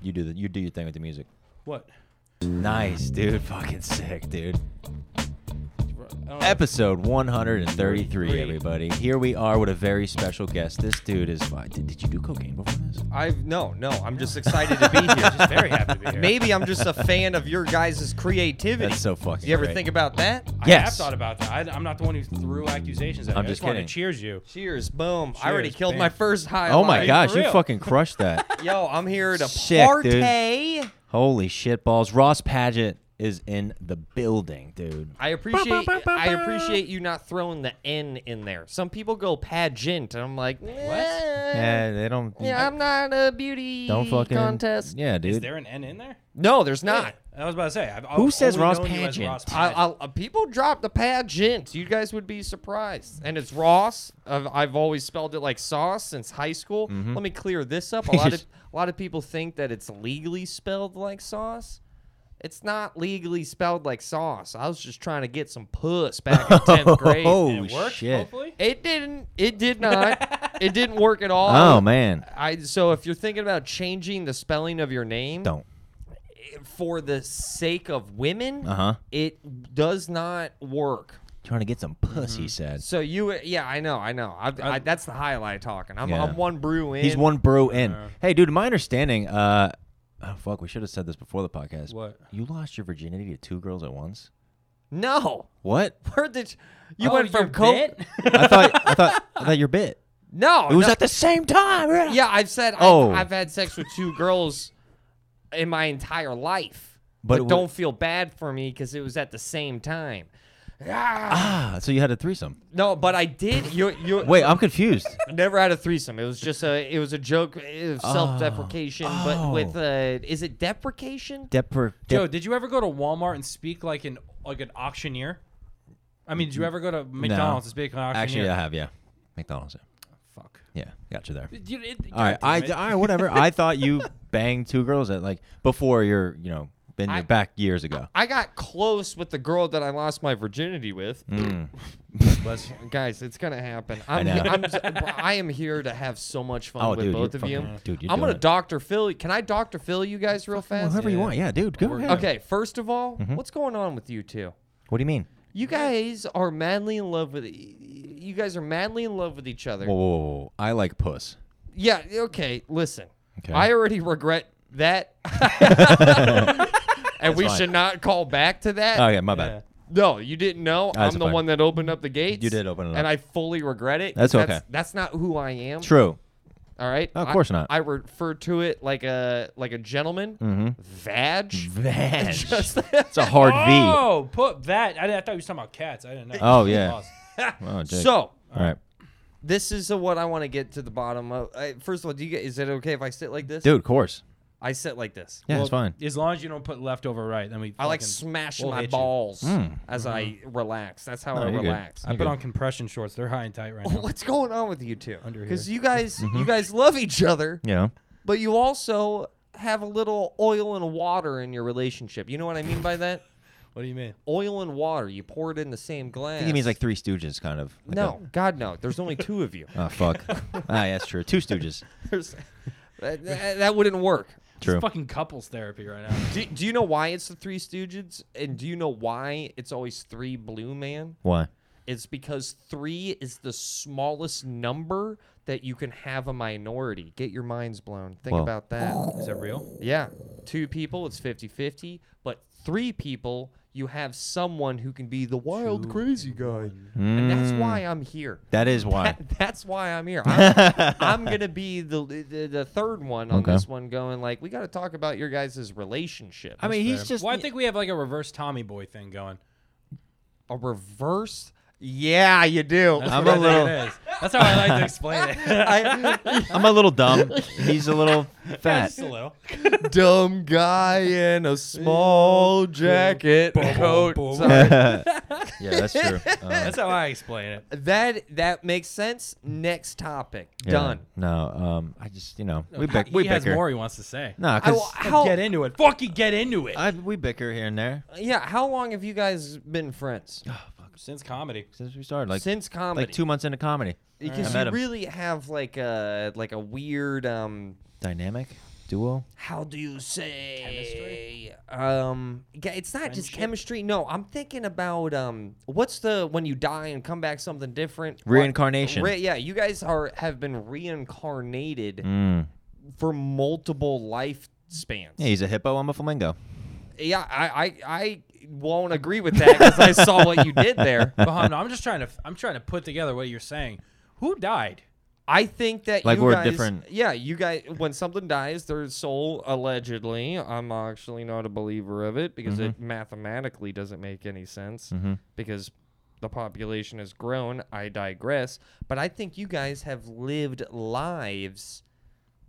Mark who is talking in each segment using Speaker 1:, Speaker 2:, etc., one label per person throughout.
Speaker 1: you do the you do your thing with the music.
Speaker 2: What?
Speaker 1: Nice, dude. Fucking sick, dude.
Speaker 2: I don't know.
Speaker 1: Episode 133,
Speaker 2: 33.
Speaker 1: everybody. Here we are with a very special guest. This dude is. why- Did, did you do cocaine before this?
Speaker 3: I've no, no. I'm just excited to be here.
Speaker 2: Just very happy to be here.
Speaker 3: Maybe I'm just a fan of your guys' creativity.
Speaker 1: That's so fucking
Speaker 3: You ever
Speaker 1: great.
Speaker 3: think about that?
Speaker 2: I
Speaker 1: Yes.
Speaker 2: have thought about that. I, I'm not the one who threw accusations at
Speaker 1: I'm
Speaker 2: me. I
Speaker 1: just
Speaker 2: just wanted
Speaker 1: kidding.
Speaker 2: to cheers you.
Speaker 3: Cheers, boom! I already
Speaker 2: Cheers,
Speaker 3: killed
Speaker 2: bam.
Speaker 3: my first high.
Speaker 1: Oh my
Speaker 3: life.
Speaker 1: gosh,
Speaker 2: for
Speaker 1: you
Speaker 2: real.
Speaker 1: fucking crushed that.
Speaker 3: Yo, I'm here to
Speaker 1: Sick,
Speaker 3: party.
Speaker 1: dude. Holy shit balls. Ross Paget is in the building, dude.
Speaker 3: I appreciate I appreciate you not throwing the N in there. Some people go pageant, and I'm like, what?
Speaker 1: Yeah,
Speaker 3: Yeah,
Speaker 1: they don't.
Speaker 3: I'm not a beauty
Speaker 1: don't fucking
Speaker 3: contest.
Speaker 1: Yeah, dude.
Speaker 2: Is there an N in there?
Speaker 3: No, there's not.
Speaker 2: I was about to say. I've, I've
Speaker 1: Who says
Speaker 2: only
Speaker 1: Ross
Speaker 2: known you as
Speaker 1: Pageant?
Speaker 2: Ross
Speaker 3: I,
Speaker 2: Pageant.
Speaker 3: I, uh, people drop the pageant. You guys would be surprised. And it's Ross. I've, I've always spelled it like sauce since high school.
Speaker 1: Mm-hmm.
Speaker 3: Let me clear this up. A lot of a lot of people think that it's legally spelled like sauce. It's not legally spelled like sauce. I was just trying to get some puss back in tenth grade.
Speaker 2: And it
Speaker 1: oh
Speaker 2: worked,
Speaker 1: shit.
Speaker 2: hopefully.
Speaker 3: It didn't. It did not. it didn't work at all.
Speaker 1: Oh man.
Speaker 3: I so if you're thinking about changing the spelling of your name,
Speaker 1: Don't.
Speaker 3: for the sake of women,
Speaker 1: Uh-huh.
Speaker 3: it does not work.
Speaker 1: Trying to get some
Speaker 2: Mm-hmm.
Speaker 1: pussy, he said.
Speaker 3: So you, yeah, I know, I know. I, I, that's the highlight talking. I'm,
Speaker 1: Yeah.
Speaker 3: I'm one brew in.
Speaker 1: He's one brew in. hey, dude, my understanding. Uh, oh fuck, we should have said this before the podcast.
Speaker 2: What?
Speaker 1: You lost your virginity to two girls at once?
Speaker 3: No,
Speaker 1: What?
Speaker 3: where did you
Speaker 2: Oh,
Speaker 3: went
Speaker 2: you're
Speaker 3: from coke?
Speaker 2: bit?
Speaker 1: I thought. I thought. I thought your bit.
Speaker 3: No,
Speaker 1: It was
Speaker 3: Oh, no.
Speaker 1: at the same time.
Speaker 3: yeah. I've said
Speaker 1: Oh.
Speaker 3: I've, I've had sex with two girls in my entire life,
Speaker 1: But
Speaker 3: but,
Speaker 1: it wa-
Speaker 3: don't feel bad for me because it was at the same time. Ah.
Speaker 1: Ah, so you had a threesome.
Speaker 3: No, but I did. You, you
Speaker 1: Wait, I'm confused.
Speaker 3: I never had a threesome. It was just a it was a joke of self-deprecation,
Speaker 1: Oh.
Speaker 3: but with uh is it deprecation?
Speaker 1: Depper.
Speaker 2: Joe, did you ever go to Walmart and speak like an like an auctioneer? I mean, did you ever go to McDonald's and speak like an auctioneer?
Speaker 1: Actually, I have. Yeah, McDonald's.
Speaker 2: Fuck.
Speaker 1: Yeah, got you there.
Speaker 2: Dude, it,
Speaker 1: All right, I,
Speaker 2: goddamn it.
Speaker 1: all right, whatever. I thought you banged two girls at like before your, you know, been
Speaker 3: I-
Speaker 1: back years ago.
Speaker 3: I got close with the girl that I lost my virginity with.
Speaker 1: Mm.
Speaker 2: Bless you.
Speaker 3: Guys, it's gonna happen. I'm,
Speaker 1: know.
Speaker 3: I'm I am here to have so much fun
Speaker 1: Oh,
Speaker 3: with
Speaker 1: dude,
Speaker 3: both
Speaker 1: you're
Speaker 3: of you.
Speaker 1: fucking- dude, you're
Speaker 3: I'm
Speaker 1: doing
Speaker 3: gonna
Speaker 1: it.
Speaker 3: Dr. Phil. Can I Dr. Phil you guys real fast?
Speaker 1: Whatever you want. Yeah, dude. Go
Speaker 2: We're
Speaker 1: ahead.
Speaker 2: gonna-
Speaker 3: Okay, first of all,
Speaker 1: Mm-hmm.
Speaker 3: what's going on with you two?
Speaker 1: What do you mean?
Speaker 3: You guys are madly in love with you guys are madly in love with each other.
Speaker 1: Whoa, whoa, whoa, whoa. I like puss.
Speaker 3: Yeah, okay, listen.
Speaker 1: Okay.
Speaker 3: I already regret that. and we
Speaker 1: fine.
Speaker 3: should not call back to that.
Speaker 1: Oh yeah, my bad.
Speaker 3: No, you didn't know.
Speaker 1: Ah, That's
Speaker 3: I'm the
Speaker 1: fine.
Speaker 3: one that opened up the gates.
Speaker 1: You did open it up.
Speaker 3: And I fully regret it.
Speaker 1: That's
Speaker 3: 'cause
Speaker 1: okay.
Speaker 3: That's, not who I am.
Speaker 1: True.
Speaker 3: All right.
Speaker 1: Of
Speaker 3: I-
Speaker 1: course not.
Speaker 3: I refer to it like a like a gentleman. Vag.
Speaker 1: Mm-hmm. Vag.
Speaker 3: Just-
Speaker 1: It's a hard V.
Speaker 2: Oh, put that. I, I thought you were talking about cats. I didn't know.
Speaker 1: Oh, yeah.
Speaker 2: Lost.
Speaker 1: Oh, Jake.
Speaker 3: so
Speaker 1: all right,
Speaker 3: this is uh what I want to get to the bottom of. I, first of all, do you get, is it okay if I sit like this?
Speaker 1: dude. Of course.
Speaker 3: I sit like this.
Speaker 1: Yeah,
Speaker 2: Well,
Speaker 1: it's fine.
Speaker 2: As long as you don't put left over right, then we.
Speaker 3: I like
Speaker 2: fucking-
Speaker 3: smash
Speaker 2: we'll
Speaker 3: my
Speaker 2: hit you. Mm-hmm.
Speaker 3: balls as I relax. That's how
Speaker 1: Mm. No,
Speaker 3: I
Speaker 1: you're good.
Speaker 3: relax.
Speaker 2: I put on compression shorts. They're high and tight right now.
Speaker 3: What's going on with you two?
Speaker 2: Under here.
Speaker 3: Because you guys,
Speaker 1: Mm-hmm.
Speaker 3: you guys love each other,
Speaker 1: Yeah.
Speaker 3: but you also have a little oil and water in your relationship. You know what I mean by that?
Speaker 2: What do you mean?
Speaker 3: oil and water. You pour it in the same
Speaker 1: I
Speaker 3: glass.
Speaker 1: think he means like Three Stooges, kind of. Like
Speaker 3: no, God no. There's only two of you.
Speaker 1: a- oh fuck. ah, yeah, that's true. Two Stooges.
Speaker 3: There's, that, that, that wouldn't work.
Speaker 1: True.
Speaker 2: It's fucking couples therapy right now.
Speaker 3: Do, do you know why it's the Three Stooges? And do you know why it's always three blue man?
Speaker 1: Why?
Speaker 3: It's because three is the smallest number that you can have a minority. Get your minds blown. Think
Speaker 1: Well.
Speaker 3: about that.
Speaker 2: Is that real?
Speaker 3: Yeah. Two people, it's 50 50. But three people, you have someone who can be the wild, crazy guy. And that's why I'm here.
Speaker 1: Mm. That is Hmm. why.
Speaker 3: That- that's why I'm here. I'm, I'm going to be the, the the third one on
Speaker 1: Okay.
Speaker 3: this one going, like, we got to talk about your guys' relationship.
Speaker 1: I mean, he's just.
Speaker 2: Well, I think we have like a reverse Tommy Boy thing going.
Speaker 3: a reverse. Yeah, you do.
Speaker 2: That's
Speaker 1: I'm a
Speaker 2: what I think
Speaker 1: little-
Speaker 2: It is. That's how I like to explain it.
Speaker 3: I,
Speaker 1: I'm a little dumb. he's a little fat.
Speaker 2: Just a little.
Speaker 3: dumb guy in a small jacket
Speaker 2: Boom, boom,
Speaker 3: coat.
Speaker 2: boom.
Speaker 3: Sorry.
Speaker 1: Yeah, that's true. Uh,
Speaker 2: That's how I explain it.
Speaker 3: That that makes sense. Next topic.
Speaker 1: yeah.
Speaker 3: Done.
Speaker 1: No, um, I just you know we bick,
Speaker 2: Uh, he
Speaker 1: we
Speaker 2: has
Speaker 1: bicker.
Speaker 2: more he wants to say.
Speaker 1: Nah,
Speaker 3: I,
Speaker 1: cause
Speaker 3: how,
Speaker 2: Get into it. Fucking get into it.
Speaker 1: I, we bicker here and there
Speaker 3: yeah, how long have you guys been friends?
Speaker 2: Since comedy.
Speaker 1: since we started, like
Speaker 3: Since comedy.
Speaker 1: like two months into comedy.
Speaker 3: because
Speaker 1: I
Speaker 3: you
Speaker 1: met him.
Speaker 3: really have like a like a weird um
Speaker 1: Dynamic. duo?
Speaker 3: how do you say
Speaker 2: Chemistry?
Speaker 3: um yeah, it's not just
Speaker 2: Friendship?
Speaker 3: chemistry no i'm thinking about um what's the when you die and come back something different What-
Speaker 1: Reincarnation.
Speaker 3: Re- yeah you guys are have been reincarnated
Speaker 1: Mm.
Speaker 3: for multiple lifespans
Speaker 1: Yeah, he's a hippo. I'm a flamingo.
Speaker 3: yeah i i, I won't agree with that because i saw what you did there
Speaker 2: Baham, no, I'm just trying to I'm trying to put together what you're saying. Who died?
Speaker 3: I think that
Speaker 1: Like,
Speaker 3: you
Speaker 1: we're
Speaker 3: guys,
Speaker 1: different-
Speaker 3: Yeah, you guys. When something dies, their soul allegedly. I'm actually not a believer of it because
Speaker 1: Mm-hmm.
Speaker 3: it mathematically doesn't make any sense because the population has grown. I digress. But I think you guys have lived lives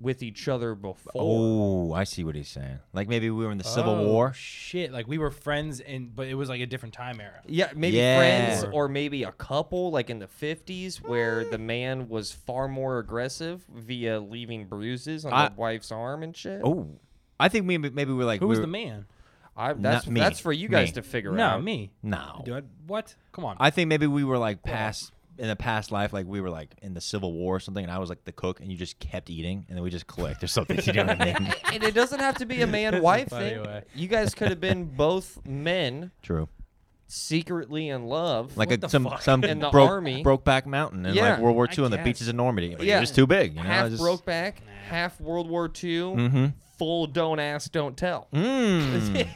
Speaker 3: with each other before.
Speaker 1: Oh, I see what he's saying. Like maybe we were in the
Speaker 2: Oh.
Speaker 1: Civil War.
Speaker 2: Shit, like we were friends and but it was like a different time era.
Speaker 3: Yeah, maybe
Speaker 1: Yeah.
Speaker 3: friends or maybe a couple, like in the 50s, where the man was far more aggressive via leaving bruises on
Speaker 1: I-
Speaker 3: the wife's arm and shit.
Speaker 1: Oh, I think maybe maybe we're like
Speaker 2: Who
Speaker 1: we
Speaker 2: was
Speaker 1: were,
Speaker 2: the man?
Speaker 3: I, that's
Speaker 1: me.
Speaker 3: that's for you guys
Speaker 1: Me.
Speaker 3: to figure
Speaker 2: No,
Speaker 3: out.
Speaker 2: me.
Speaker 1: No,
Speaker 2: Do it. What? Come on.
Speaker 1: I think maybe we were like past in a past life, like we were like in the Civil War or something, and I was like the cook, and you just kept eating, and then we just clicked or something. you know what I mean?
Speaker 3: And it doesn't have to be a
Speaker 2: That's
Speaker 3: man
Speaker 2: a
Speaker 3: wife
Speaker 2: funny
Speaker 3: thing.
Speaker 2: way.
Speaker 3: You guys could have been both men
Speaker 1: True.
Speaker 3: secretly in love.
Speaker 1: Like
Speaker 2: What
Speaker 1: a
Speaker 2: the
Speaker 1: some
Speaker 2: fuck?
Speaker 1: some
Speaker 3: In the
Speaker 1: broke
Speaker 3: army.
Speaker 1: broke back mountain in
Speaker 3: Yeah,
Speaker 1: like World War
Speaker 2: I
Speaker 1: II on the
Speaker 2: guess.
Speaker 1: beaches of Normandy. But
Speaker 3: Yeah.
Speaker 1: you're just too big, you know.
Speaker 3: half
Speaker 1: it's just, Mm-hmm.
Speaker 3: broke back, half World War II, full don't ask, don't tell.
Speaker 1: Mm.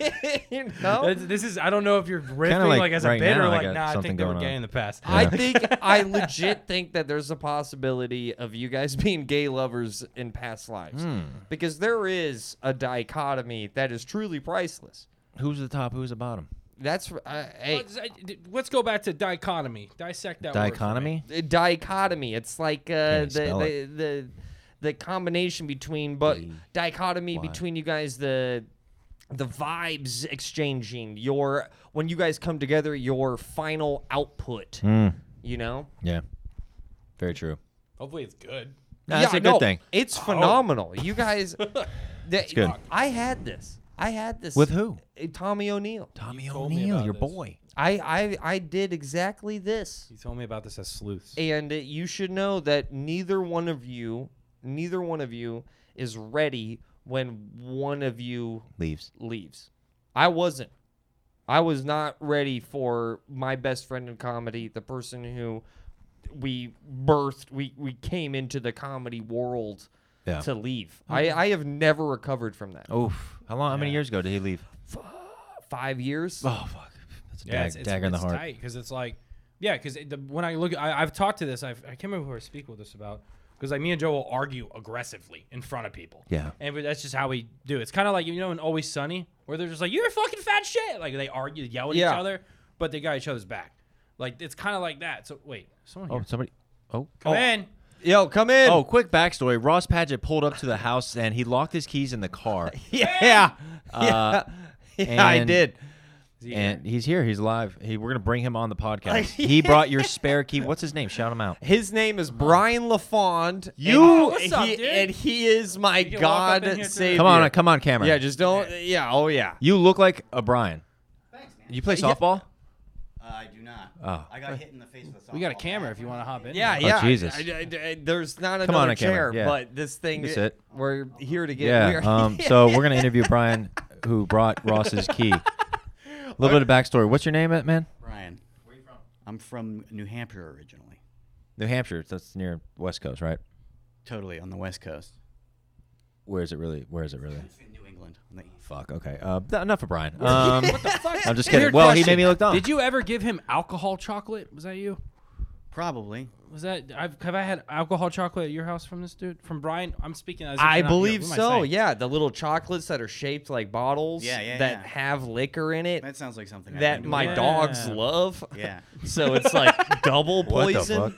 Speaker 3: you know?
Speaker 2: That's- this is I don't know if you're riffing like,
Speaker 1: like
Speaker 2: as a
Speaker 1: right
Speaker 2: bit
Speaker 1: now, I
Speaker 2: or like
Speaker 1: got
Speaker 2: nah. I
Speaker 1: something
Speaker 2: think they were
Speaker 1: going
Speaker 2: gay
Speaker 1: on.
Speaker 2: in the past.
Speaker 3: I think I legit think that there's a possibility of you guys being gay lovers in past lives.
Speaker 1: Hmm.
Speaker 3: Because there is a dichotomy that is truly priceless.
Speaker 1: Who's the top? Who's the bottom?
Speaker 3: That's uh, hey,
Speaker 2: Let's, I- d- let's go back to dichotomy. Dissect that. word for me.
Speaker 1: Dichotomy.
Speaker 3: uh, dichotomy. It's like uh,
Speaker 1: you
Speaker 3: the,
Speaker 1: spell
Speaker 3: the the the combination between but dichotomy
Speaker 1: why?
Speaker 3: between you guys the the vibes exchanging your when you guys come together your final output.
Speaker 1: Mm.
Speaker 3: You know,
Speaker 1: Yeah. Very true.
Speaker 2: Hopefully it's good.
Speaker 1: No, that's
Speaker 3: Yeah,
Speaker 1: a good
Speaker 3: no,
Speaker 1: thing. Oh.
Speaker 3: It's phenomenal. You guys, that,
Speaker 1: good.
Speaker 3: I had this. I had this
Speaker 1: With who?
Speaker 3: Uh, Tommy O'Neill.
Speaker 1: Tommy
Speaker 2: told me
Speaker 1: O'Neill,
Speaker 2: about
Speaker 1: your
Speaker 2: this.
Speaker 1: boy.
Speaker 3: I I I did exactly this.
Speaker 2: You told me about this as sleuths.
Speaker 3: and uh, you should know that neither one of you neither one of you is ready when one of you
Speaker 1: Leaves.
Speaker 3: leaves i wasn't i was not ready for my best friend in comedy the person who we birthed we we came into the comedy world
Speaker 1: Yeah. Oh.
Speaker 3: to leave i i have never recovered from that
Speaker 1: Oof. How long? How many years ago did he leave?
Speaker 3: five years
Speaker 1: Oh fuck. That's a
Speaker 2: Yeah,
Speaker 1: dag-
Speaker 2: it's, it's,
Speaker 1: dagger in the
Speaker 2: it's
Speaker 1: heart.
Speaker 2: tight because it's like, yeah, because when I look, I, I've talked to this. I've, I can't remember who I speak with this about. Because like me and Joe will argue aggressively in front of people.
Speaker 1: Yeah.
Speaker 2: and we- that's just how we do. it. It's kind of like you know in Always Sunny where they're just like you're a fucking fat shit. Like they argue, yell at
Speaker 3: Yeah.
Speaker 2: each other, but they got each other's back. Like it's kind of like that. So wait, someone
Speaker 1: Oh,
Speaker 2: here,
Speaker 1: somebody. Oh.
Speaker 2: come in.
Speaker 3: yo come in
Speaker 1: Oh, quick backstory. Ross Padgett pulled up to the house and he locked his keys in the car.
Speaker 3: yeah
Speaker 1: Uh,
Speaker 3: yeah i
Speaker 1: and-
Speaker 3: did
Speaker 2: Is he
Speaker 1: And he's here. He's live. He, we're going to bring him on the podcast. He brought your spare key. What's his name? Shout him out.
Speaker 3: His name is Brian LaFond.
Speaker 1: You-
Speaker 3: and,
Speaker 2: Uh-huh. What's up,
Speaker 3: he,
Speaker 2: dude?
Speaker 3: and he is my
Speaker 2: can walk up
Speaker 3: god
Speaker 2: in here too.
Speaker 3: savior.
Speaker 1: Come on, come on, camera.
Speaker 3: yeah, just don't. Yeah, oh yeah.
Speaker 1: you look like a Brian.
Speaker 4: Thanks, man.
Speaker 1: You play softball?
Speaker 4: Uh, I do not.
Speaker 1: Oh.
Speaker 4: I got hit in the face with a softball.
Speaker 2: we got a camera if
Speaker 4: bat.
Speaker 2: you want to hop in.
Speaker 3: Yeah,
Speaker 1: Oh,
Speaker 3: yeah.
Speaker 1: Jesus.
Speaker 3: I, I- I- there's not another
Speaker 1: Come on, camera.
Speaker 3: chair,
Speaker 1: Yeah.
Speaker 3: but this thing.
Speaker 1: You sit.
Speaker 3: We're here to get
Speaker 1: Yeah.
Speaker 3: weird.
Speaker 1: Um, so we're going to interview Brian, who brought Ross's key. A little bit of backstory. What's your name, man?
Speaker 4: Brian, where are you from? I'm from New Hampshire originally.
Speaker 1: New Hampshire. so That's near West Coast, right?
Speaker 4: Totally on the West Coast.
Speaker 1: Where is it really? Where is it really?
Speaker 4: It's in New England. On the east.
Speaker 1: Fuck. Okay. Uh, th- enough of Brian. Um,
Speaker 2: Fuck.
Speaker 1: I'm just kidding.
Speaker 2: Weird
Speaker 1: Well, he
Speaker 2: question.
Speaker 1: made me look dumb.
Speaker 2: Did you ever give him alcohol chocolate? Was that you?
Speaker 4: Probably.
Speaker 2: Was that I've, have I had alcohol chocolate at your house from this dude from Brian? I'm speaking as if
Speaker 3: I
Speaker 2: you're not here.
Speaker 3: believe
Speaker 2: What am I
Speaker 3: so.
Speaker 2: saying?
Speaker 3: yeah, the little chocolates that are shaped like bottles.
Speaker 4: Yeah, yeah,
Speaker 3: That
Speaker 4: yeah.
Speaker 3: have liquor in it.
Speaker 4: That sounds like something. I've
Speaker 3: that
Speaker 4: been
Speaker 3: my
Speaker 4: doing.
Speaker 3: dogs
Speaker 2: Yeah.
Speaker 3: love.
Speaker 4: Yeah.
Speaker 3: So it's like double
Speaker 1: What the
Speaker 3: poison.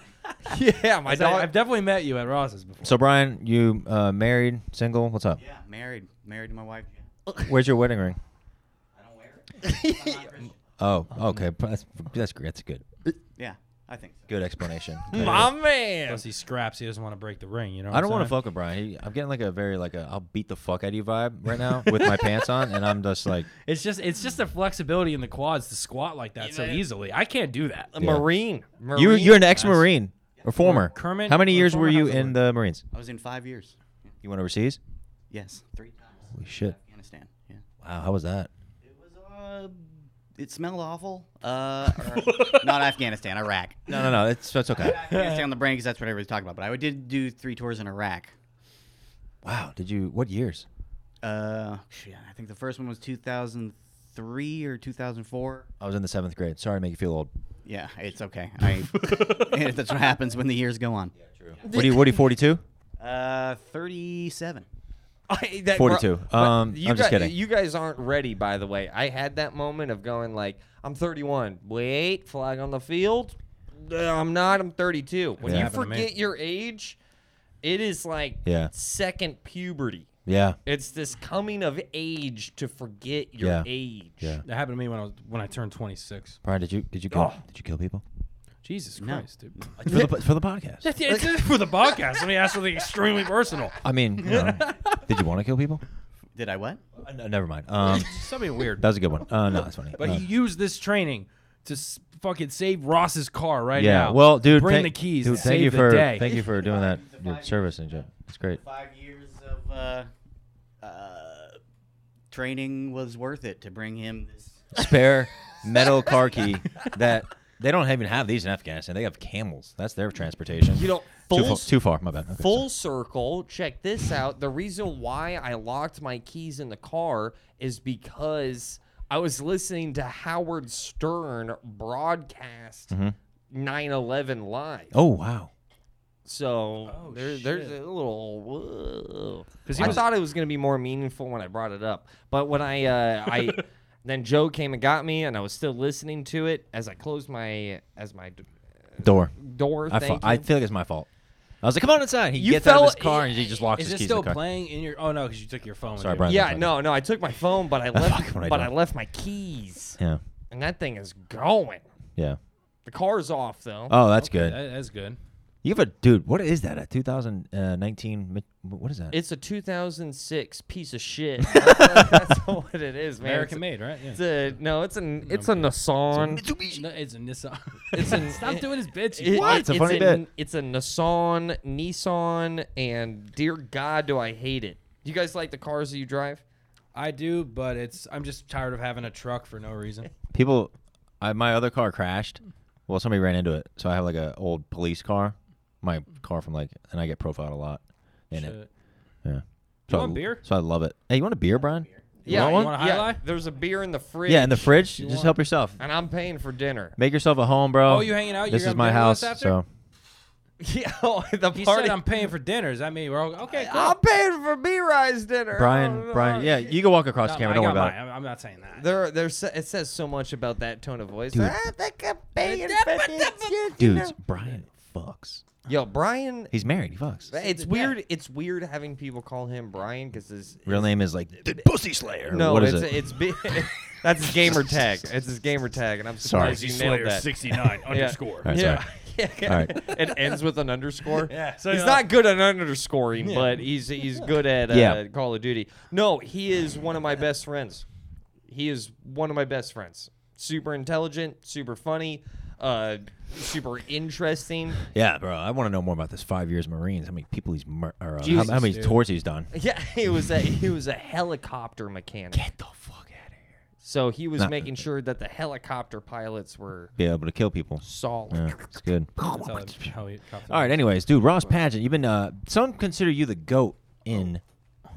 Speaker 3: Yeah, my
Speaker 2: So I-
Speaker 3: dog.
Speaker 2: I've definitely met you at Ross's before.
Speaker 1: So Brian, you uh, married, single? What's up?
Speaker 4: Yeah. Married. Married to my wife. Yeah.
Speaker 1: Where's your wedding ring?
Speaker 4: I don't wear it. I'm not Christian.
Speaker 1: Oh, okay. That's that's great. That's good.
Speaker 4: yeah. I think so.
Speaker 1: Good explanation.
Speaker 3: my man.
Speaker 2: Plus he scraps, he doesn't want to break the ring. You know.
Speaker 1: I don't want to
Speaker 2: fuck.
Speaker 1: fuck with Brian. He, I'm getting like a very like a I'll beat the fuck out of you vibe right now with my pants on, and I'm just like
Speaker 2: It's just it's just the flexibility in the quads to squat like that so easily. I can't do that.
Speaker 3: A Marine. Marine.
Speaker 1: you. You're an ex-marine or former.
Speaker 2: Kermit-
Speaker 1: How many years
Speaker 2: former
Speaker 1: were you
Speaker 2: How's it
Speaker 1: in the Marines?
Speaker 4: I was in five years.
Speaker 1: You went overseas?
Speaker 4: Yes, three times.
Speaker 1: Holy shit!
Speaker 4: Afghanistan. Yeah.
Speaker 1: Wow, how was that?
Speaker 4: It was. Uh, it smelled awful. Uh, or- not Afghanistan, Iraq.
Speaker 1: No, no, no. It's that's okay.
Speaker 4: Afghanistan on the brain because that's what everybody's talking about. But I did do three tours in Iraq.
Speaker 1: Wow. Did you? What years?
Speaker 4: Uh, shit, I think the first one was 2003 or 2004.
Speaker 1: I was in the seventh grade. Sorry to make you feel old.
Speaker 4: Yeah, it's okay. I, that's what happens when the years go on.
Speaker 1: What are you? What are you? Forty-two?
Speaker 4: Uh, 37.
Speaker 3: I, that,
Speaker 1: 42.
Speaker 3: but
Speaker 1: Um,
Speaker 3: you
Speaker 1: I'm just
Speaker 3: guy-
Speaker 1: kidding.
Speaker 3: You guys aren't ready, by the way. I had that moment of going like, I'm 31. Wait, flag on the field. Uh, I'm not. I'm 32. When
Speaker 1: Yeah.
Speaker 3: you
Speaker 2: Happened to me.
Speaker 3: forget your age, it is like
Speaker 1: Yeah.
Speaker 3: second puberty.
Speaker 1: Yeah.
Speaker 3: It's this coming of age to forget your
Speaker 1: Yeah.
Speaker 3: age.
Speaker 1: Yeah.
Speaker 2: That happened to me when I was when I turned 26.
Speaker 1: Brian, did you? Did you
Speaker 2: Oh.
Speaker 1: kill? Did you kill people?
Speaker 2: Jesus
Speaker 4: No.
Speaker 2: Christ, dude.
Speaker 1: For the, for the podcast.
Speaker 2: That's it that's it for the podcast. Let me ask something extremely personal.
Speaker 1: I mean, you know, did you want to kill people?
Speaker 4: Did I what?
Speaker 1: Uh, no, never mind. Um,
Speaker 2: Something weird.
Speaker 1: that was a good one. Uh, no, that's funny.
Speaker 2: But
Speaker 1: Uh,
Speaker 2: he used this training to s- fucking save Ross's car right
Speaker 1: yeah.
Speaker 2: now.
Speaker 1: Well, dude,
Speaker 2: bring
Speaker 1: thank,
Speaker 2: the keys.
Speaker 1: Dude,
Speaker 2: to
Speaker 1: thank
Speaker 2: save
Speaker 1: you
Speaker 2: the
Speaker 1: for
Speaker 2: day.
Speaker 1: thank you for doing that
Speaker 4: The
Speaker 1: your
Speaker 4: five-
Speaker 1: service, and it's great.
Speaker 4: Five years of uh, uh, training was worth it to bring him this.
Speaker 1: Spare metal car key that they don't even have these in Afghanistan. They have camels. That's their transportation.
Speaker 3: You know,
Speaker 1: too,
Speaker 3: full
Speaker 1: fu- too far. My bad. Okay,
Speaker 3: Full circle, check this out. The reason why I locked my keys in the car is because I was listening to Howard Stern broadcast 9/11
Speaker 1: sorry.
Speaker 3: live.
Speaker 1: Mm-hmm. Oh wow.
Speaker 3: So
Speaker 2: Oh,
Speaker 3: there, there's
Speaker 2: shit.
Speaker 3: a little. Whoa.
Speaker 2: 'Cause he
Speaker 3: I
Speaker 2: was-
Speaker 3: thought it was gonna be more meaningful when I brought it up, but when I uh, I then Joe came and got me, and I was still listening to it as I closed my as my d-
Speaker 1: Door.
Speaker 3: door.
Speaker 1: I, fa-
Speaker 3: thank
Speaker 1: I
Speaker 3: you.
Speaker 1: feel like it's my fault. I was like, come on inside. He
Speaker 3: You
Speaker 1: gets out of
Speaker 3: fell-
Speaker 1: his car and he just locks
Speaker 2: Is
Speaker 1: his
Speaker 2: it
Speaker 1: keys
Speaker 2: still
Speaker 1: in the car.
Speaker 2: playing in your? Oh no, because you took your phone.
Speaker 1: Sorry,
Speaker 2: dude.
Speaker 1: Brian.
Speaker 3: yeah,
Speaker 1: that's my
Speaker 3: no, no. I took my phone, but I
Speaker 1: fuck
Speaker 3: left.
Speaker 1: what I
Speaker 3: but I
Speaker 1: done.
Speaker 3: left my keys,
Speaker 1: bad. Yeah.
Speaker 3: and that thing is going.
Speaker 1: Yeah.
Speaker 3: The car's off though.
Speaker 1: Oh, that's
Speaker 2: Okay,
Speaker 1: good.
Speaker 2: that- that's good.
Speaker 1: You have a dude. What is that? A 2019? mi- What is that?
Speaker 3: It's a 2006 piece of shit. that's, that's what it is, man.
Speaker 2: American
Speaker 3: It's-
Speaker 2: made, right? Yeah.
Speaker 3: It's a no. It's an it's a Nissan.
Speaker 2: No, it's a Nissan.
Speaker 3: It's a-
Speaker 2: Stop doing his bitch.
Speaker 3: It-
Speaker 1: What? It's a funny bit.
Speaker 3: It's a Nissan, Nissan, and dear God, do I hate it. You guys like the cars that you drive?
Speaker 2: I do, but it's. I'm just tired of having a truck for no reason.
Speaker 1: People, I, my other car crashed. Well, somebody ran into it, so I have like a old police car, my car from like, and I get profiled a lot in it.
Speaker 2: Shit.
Speaker 1: Yeah. So
Speaker 2: want
Speaker 1: I,
Speaker 2: beer?
Speaker 1: So I love it. Hey, you want a beer, Brian? You
Speaker 3: yeah,
Speaker 1: want one?
Speaker 2: want a
Speaker 3: yeah.
Speaker 2: High Life?
Speaker 3: There's a beer in the fridge.
Speaker 1: yeah, in the fridge.
Speaker 2: You
Speaker 1: Just
Speaker 2: want-
Speaker 1: help yourself.
Speaker 3: and I'm paying for dinner.
Speaker 1: Make yourself a home, bro.
Speaker 2: Oh, you hanging out? You
Speaker 1: This is
Speaker 2: grabbing
Speaker 1: my
Speaker 2: dinner with us
Speaker 1: house,
Speaker 2: after?
Speaker 1: so
Speaker 3: yeah, oh, the
Speaker 2: He
Speaker 3: party.
Speaker 2: said I'm paying for dinners. I mean, we're all, okay. Cool.
Speaker 3: I'm paying for B Rise dinner. Oh, I don't
Speaker 1: Brian,
Speaker 3: know.
Speaker 1: Brian, yeah, you can walk across
Speaker 2: Not
Speaker 1: the camera.
Speaker 2: mine,
Speaker 1: Don't worry
Speaker 2: I got
Speaker 1: about it.
Speaker 2: mine. I'm- I'm not saying that.
Speaker 3: There, there's. It says so much about that tone of voice.
Speaker 1: Dude.
Speaker 3: I think I'm paying for this.
Speaker 1: Dudes, Brian fucks.
Speaker 3: Yo, Brian.
Speaker 1: He's married. He fucks.
Speaker 3: It's weird. It's weird having people call him Brian because his
Speaker 1: Real name is like the Pussy Slayer.
Speaker 3: No,
Speaker 1: what is
Speaker 3: it's
Speaker 1: it?
Speaker 3: it's bi- that's his gamer tag. It's his gamer tag, and I'm surprised you nailed that.
Speaker 2: 69
Speaker 3: underscore.
Speaker 1: All right,
Speaker 3: yeah,
Speaker 1: sorry.
Speaker 3: yeah.
Speaker 1: All right.
Speaker 3: it ends with an underscore.
Speaker 2: Yeah, so,
Speaker 3: he's
Speaker 2: uh,
Speaker 3: not good at underscoring, but he's he's good at uh,
Speaker 1: Yeah.
Speaker 3: Call of Duty. No, he is one of my best friends. He is one of my best friends. Super intelligent, super funny, uh, super interesting.
Speaker 1: Yeah, bro. I want to know more about this five years Marines. How many people he's mur- or uh, how- how,
Speaker 3: Jesus,
Speaker 1: many
Speaker 2: dude.
Speaker 1: tours he's done.
Speaker 3: Yeah, he was a he was a helicopter mechanic.
Speaker 1: Get the fuck out of here.
Speaker 3: So he was
Speaker 1: Nah.
Speaker 3: making sure that the helicopter pilots were
Speaker 1: Be able to kill people.
Speaker 3: solid.
Speaker 1: Yeah, it's good.
Speaker 2: That's
Speaker 1: All
Speaker 2: how it- how it comes out.
Speaker 1: right. Anyways, dude, Ross Pageant. You've been. Uh, some consider you the goat in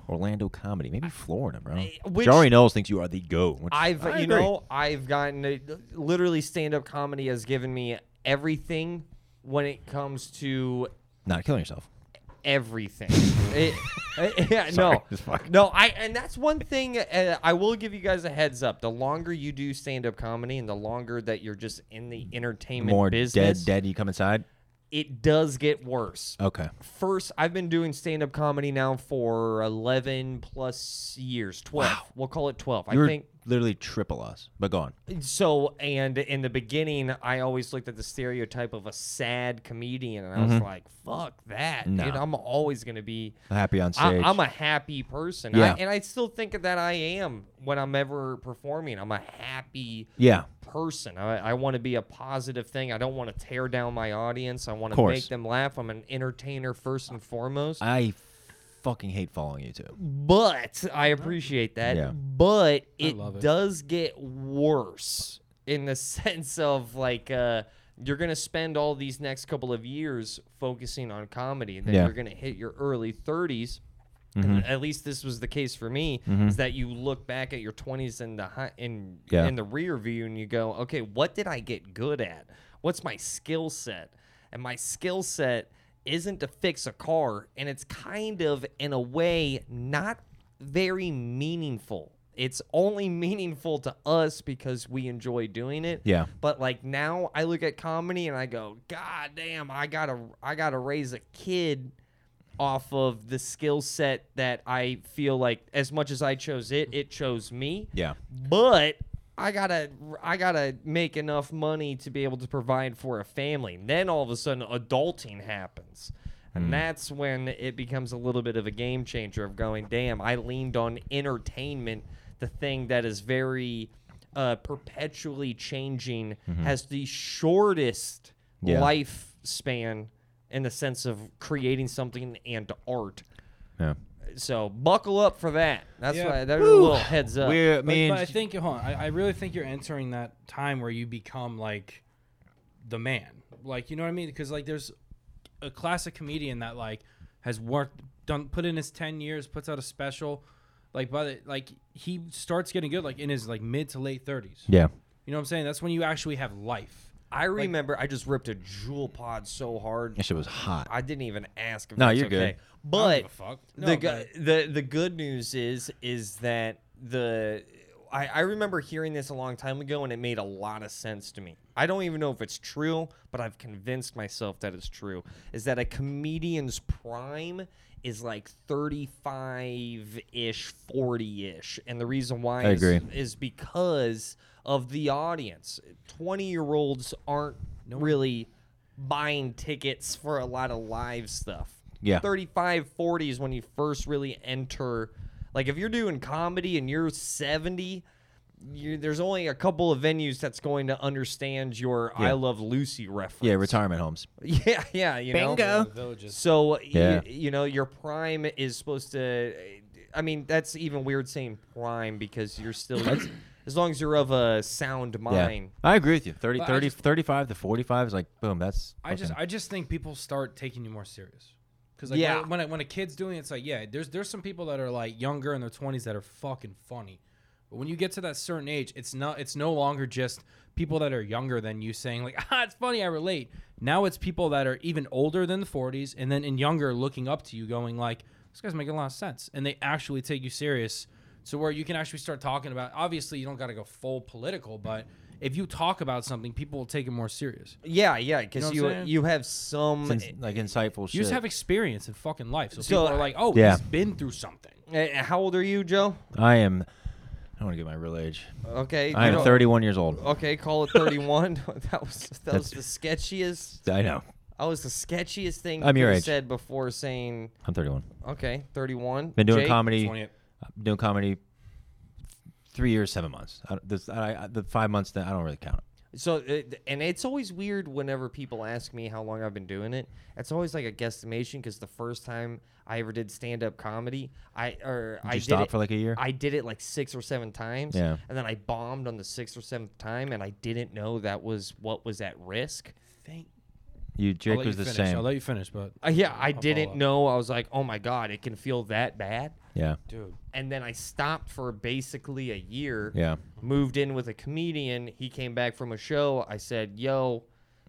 Speaker 1: Orlando comedy. Maybe Florida, bro.
Speaker 3: which-
Speaker 1: Jari Knowles thinks you are the goat. which-
Speaker 3: I've
Speaker 1: I
Speaker 3: you
Speaker 1: agree.
Speaker 3: know I've gotten a, literally stand up comedy has given me everything when it comes to
Speaker 1: not killing yourself.
Speaker 3: everything. It- yeah,
Speaker 1: Sorry,
Speaker 3: no,
Speaker 1: it's fine.
Speaker 3: no. I and that's one thing uh, I will give you guys a heads up. The longer you do stand up comedy and the longer that you're just in the entertainment
Speaker 1: More
Speaker 3: business,
Speaker 1: dead, Oh. dead. You come inside.
Speaker 3: it does get worse.
Speaker 1: Okay.
Speaker 3: First, I've been doing stand up comedy now for 11 plus years, 12. We'll call it 12.
Speaker 1: You're
Speaker 3: I think
Speaker 1: literally triple us. But go on.
Speaker 3: So, and in the beginning, I always looked at the stereotype of a sad comedian, and I
Speaker 1: Mm-hmm.
Speaker 3: was like, "Fuck that, dude!
Speaker 1: No.
Speaker 3: I'm always gonna be,
Speaker 1: Happy on
Speaker 3: I,
Speaker 1: stage.
Speaker 3: I'm a happy person,
Speaker 1: Yeah.
Speaker 3: I, and I still think that I am when I'm ever performing. I'm a happy
Speaker 1: yeah.
Speaker 3: person. I, I want to be a positive thing. I don't want to tear down my audience. I want to
Speaker 1: Course.
Speaker 3: make them laugh. I'm an entertainer first and foremost.
Speaker 1: I fucking hate following you too.
Speaker 3: But I appreciate that.
Speaker 1: Yeah.
Speaker 3: But it,
Speaker 2: love it.
Speaker 3: does get worse in the sense of like uh, you're gonna spend all these next couple of years focusing on comedy, and then
Speaker 1: Yeah.
Speaker 3: you're gonna hit your early 30s. And at least this was the case for me. Is that you look back at your 20s in the hi- in
Speaker 1: Yeah.
Speaker 3: in the rear view, and you go, okay, what did I get good at? What's my skill set? And my skill set isn't to fix a car, and it's kind of, in a way, not very meaningful. It's only meaningful to us because we enjoy doing it.
Speaker 1: Yeah.
Speaker 3: But like now, I look at comedy and I go, God damn, I gotta, I gotta raise a kid off of the skill set that I feel like, as much as I chose it, it chose me
Speaker 1: Yeah.
Speaker 3: but I gotta I gotta make enough money to be able to provide for a family. And then all of a sudden, adulting happens,
Speaker 1: Hmm.
Speaker 3: and that's when it becomes a little bit of a game changer of going, damn, I leaned on entertainment, the thing that is very uh, perpetually changing, has the shortest
Speaker 1: Mm-hmm. Yeah.
Speaker 3: lifespan in the sense of creating something and art.
Speaker 1: Yeah.
Speaker 3: So buckle up for that. That's
Speaker 2: Yeah.
Speaker 3: why that's a little heads up.
Speaker 1: We're,
Speaker 2: But,
Speaker 1: me
Speaker 2: but I
Speaker 1: and
Speaker 2: think, hold on, I, I really think you're entering that time where you become like the man. Like, you know what I mean? Because like, there's a classic comedian that like has worked, done, put in his ten years, puts out a special. Like, by the like, he starts getting good like in his like mid to late thirties.
Speaker 1: yeah.
Speaker 2: You know what I'm saying? That's when you actually have life.
Speaker 3: I remember I just ripped a jewel pod so hard
Speaker 1: That shit was hot.
Speaker 3: I didn't even ask if
Speaker 1: No,
Speaker 3: that's
Speaker 1: you're
Speaker 3: okay.
Speaker 1: good.
Speaker 2: I don't
Speaker 3: But
Speaker 2: give a fuck.
Speaker 3: the
Speaker 2: No,
Speaker 3: gu- the the good news is is that the I, I remember hearing this a long time ago and it made a lot of sense to me. I don't even know if it's true, but I've convinced myself that it's true. Is that a comedian's prime is like 35 ish, 40 ish. And the reason why
Speaker 1: I
Speaker 3: is,
Speaker 1: agree.
Speaker 3: is because of the audience. 20 year olds aren't really buying tickets for a lot of live stuff.
Speaker 1: Yeah.
Speaker 3: 35, 40 is when you first really enter. Like if you're doing comedy and you're 70, you, there's only a couple of venues that's going to understand your I Love Lucy reference.
Speaker 1: Yeah, retirement homes.
Speaker 3: Yeah, yeah, you know.
Speaker 2: but the villages.
Speaker 3: So y-
Speaker 1: Yeah.
Speaker 3: you, know your prime is supposed to. I mean that's even weird saying prime because you're still as long as you're of a sound
Speaker 1: Yeah.
Speaker 3: mind.
Speaker 1: I agree with you. 30,
Speaker 2: But I
Speaker 1: 30
Speaker 2: just-
Speaker 1: 35 to 45 is like, boom, that's.
Speaker 2: I just
Speaker 1: fucking-
Speaker 2: I just think people start taking you more serious. Because like
Speaker 3: Yeah.
Speaker 2: when, when, a, when a kid's doing it, it's like yeah, there's there's some people that are like younger in their 20s that are fucking funny, but when you get to that certain age, it's not it's no longer just people that are younger than you saying like ah it's funny I relate. Now it's people that are even older than the 40s and then and younger looking up to you going like this guy's making a lot of sense and they actually take you serious to where you can actually start talking about. Obviously you don't got to go full political, but if you talk about something, people will take it more serious.
Speaker 3: Yeah, yeah, because
Speaker 2: You know
Speaker 3: you
Speaker 2: what I'm
Speaker 3: you,
Speaker 2: saying?
Speaker 3: have some. eh,
Speaker 1: It's in- like insightful shit.
Speaker 2: eh, You just have experience in fucking life. So,
Speaker 3: So
Speaker 2: people are like, oh,
Speaker 1: Yeah.
Speaker 2: he's been through something.
Speaker 3: eh, how old are you, Joe?
Speaker 1: I am. I want to get my real age.
Speaker 3: Okay,
Speaker 1: I
Speaker 3: you
Speaker 1: am
Speaker 3: don't-
Speaker 1: 31 years old.
Speaker 2: oh.
Speaker 3: Okay, call it 31. that was that was the sketchiest.
Speaker 1: I know.
Speaker 3: That was the sketchiest thing
Speaker 1: I'm
Speaker 3: you
Speaker 1: your
Speaker 3: could've
Speaker 1: age.
Speaker 3: said before saying
Speaker 1: I'm 31.
Speaker 3: okay, 31.
Speaker 1: Been doing
Speaker 3: Jake?
Speaker 1: comedy.
Speaker 2: 20th.
Speaker 1: I've been doing comedy three years, seven months. I, this, I, I, the five months that I don't really count.
Speaker 3: So it, and it's always weird whenever people ask me how long I've been doing it. It's always like a guesstimation because the first time I ever did stand up comedy, I or I
Speaker 1: you
Speaker 3: did
Speaker 1: stop
Speaker 3: it-
Speaker 1: for, like, a year?
Speaker 3: I did it like six or seven times.
Speaker 1: Yeah.
Speaker 3: And then I bombed on the sixth or seventh time, and I didn't know that was what was at risk.
Speaker 2: Thank
Speaker 1: You,
Speaker 2: I'll
Speaker 1: Jake
Speaker 2: let
Speaker 1: was
Speaker 2: you
Speaker 1: the
Speaker 2: finish. I'll
Speaker 1: same.
Speaker 2: let you finish, but
Speaker 3: Uh, yeah, I
Speaker 2: follow
Speaker 3: didn't
Speaker 2: up.
Speaker 3: know. I was like, oh my god, it can feel that bad.
Speaker 1: Yeah.
Speaker 2: dude,
Speaker 3: and then I stopped for basically a year.
Speaker 1: Yeah.
Speaker 3: Moved in with a comedian. He came back from a show. I said, "Yo,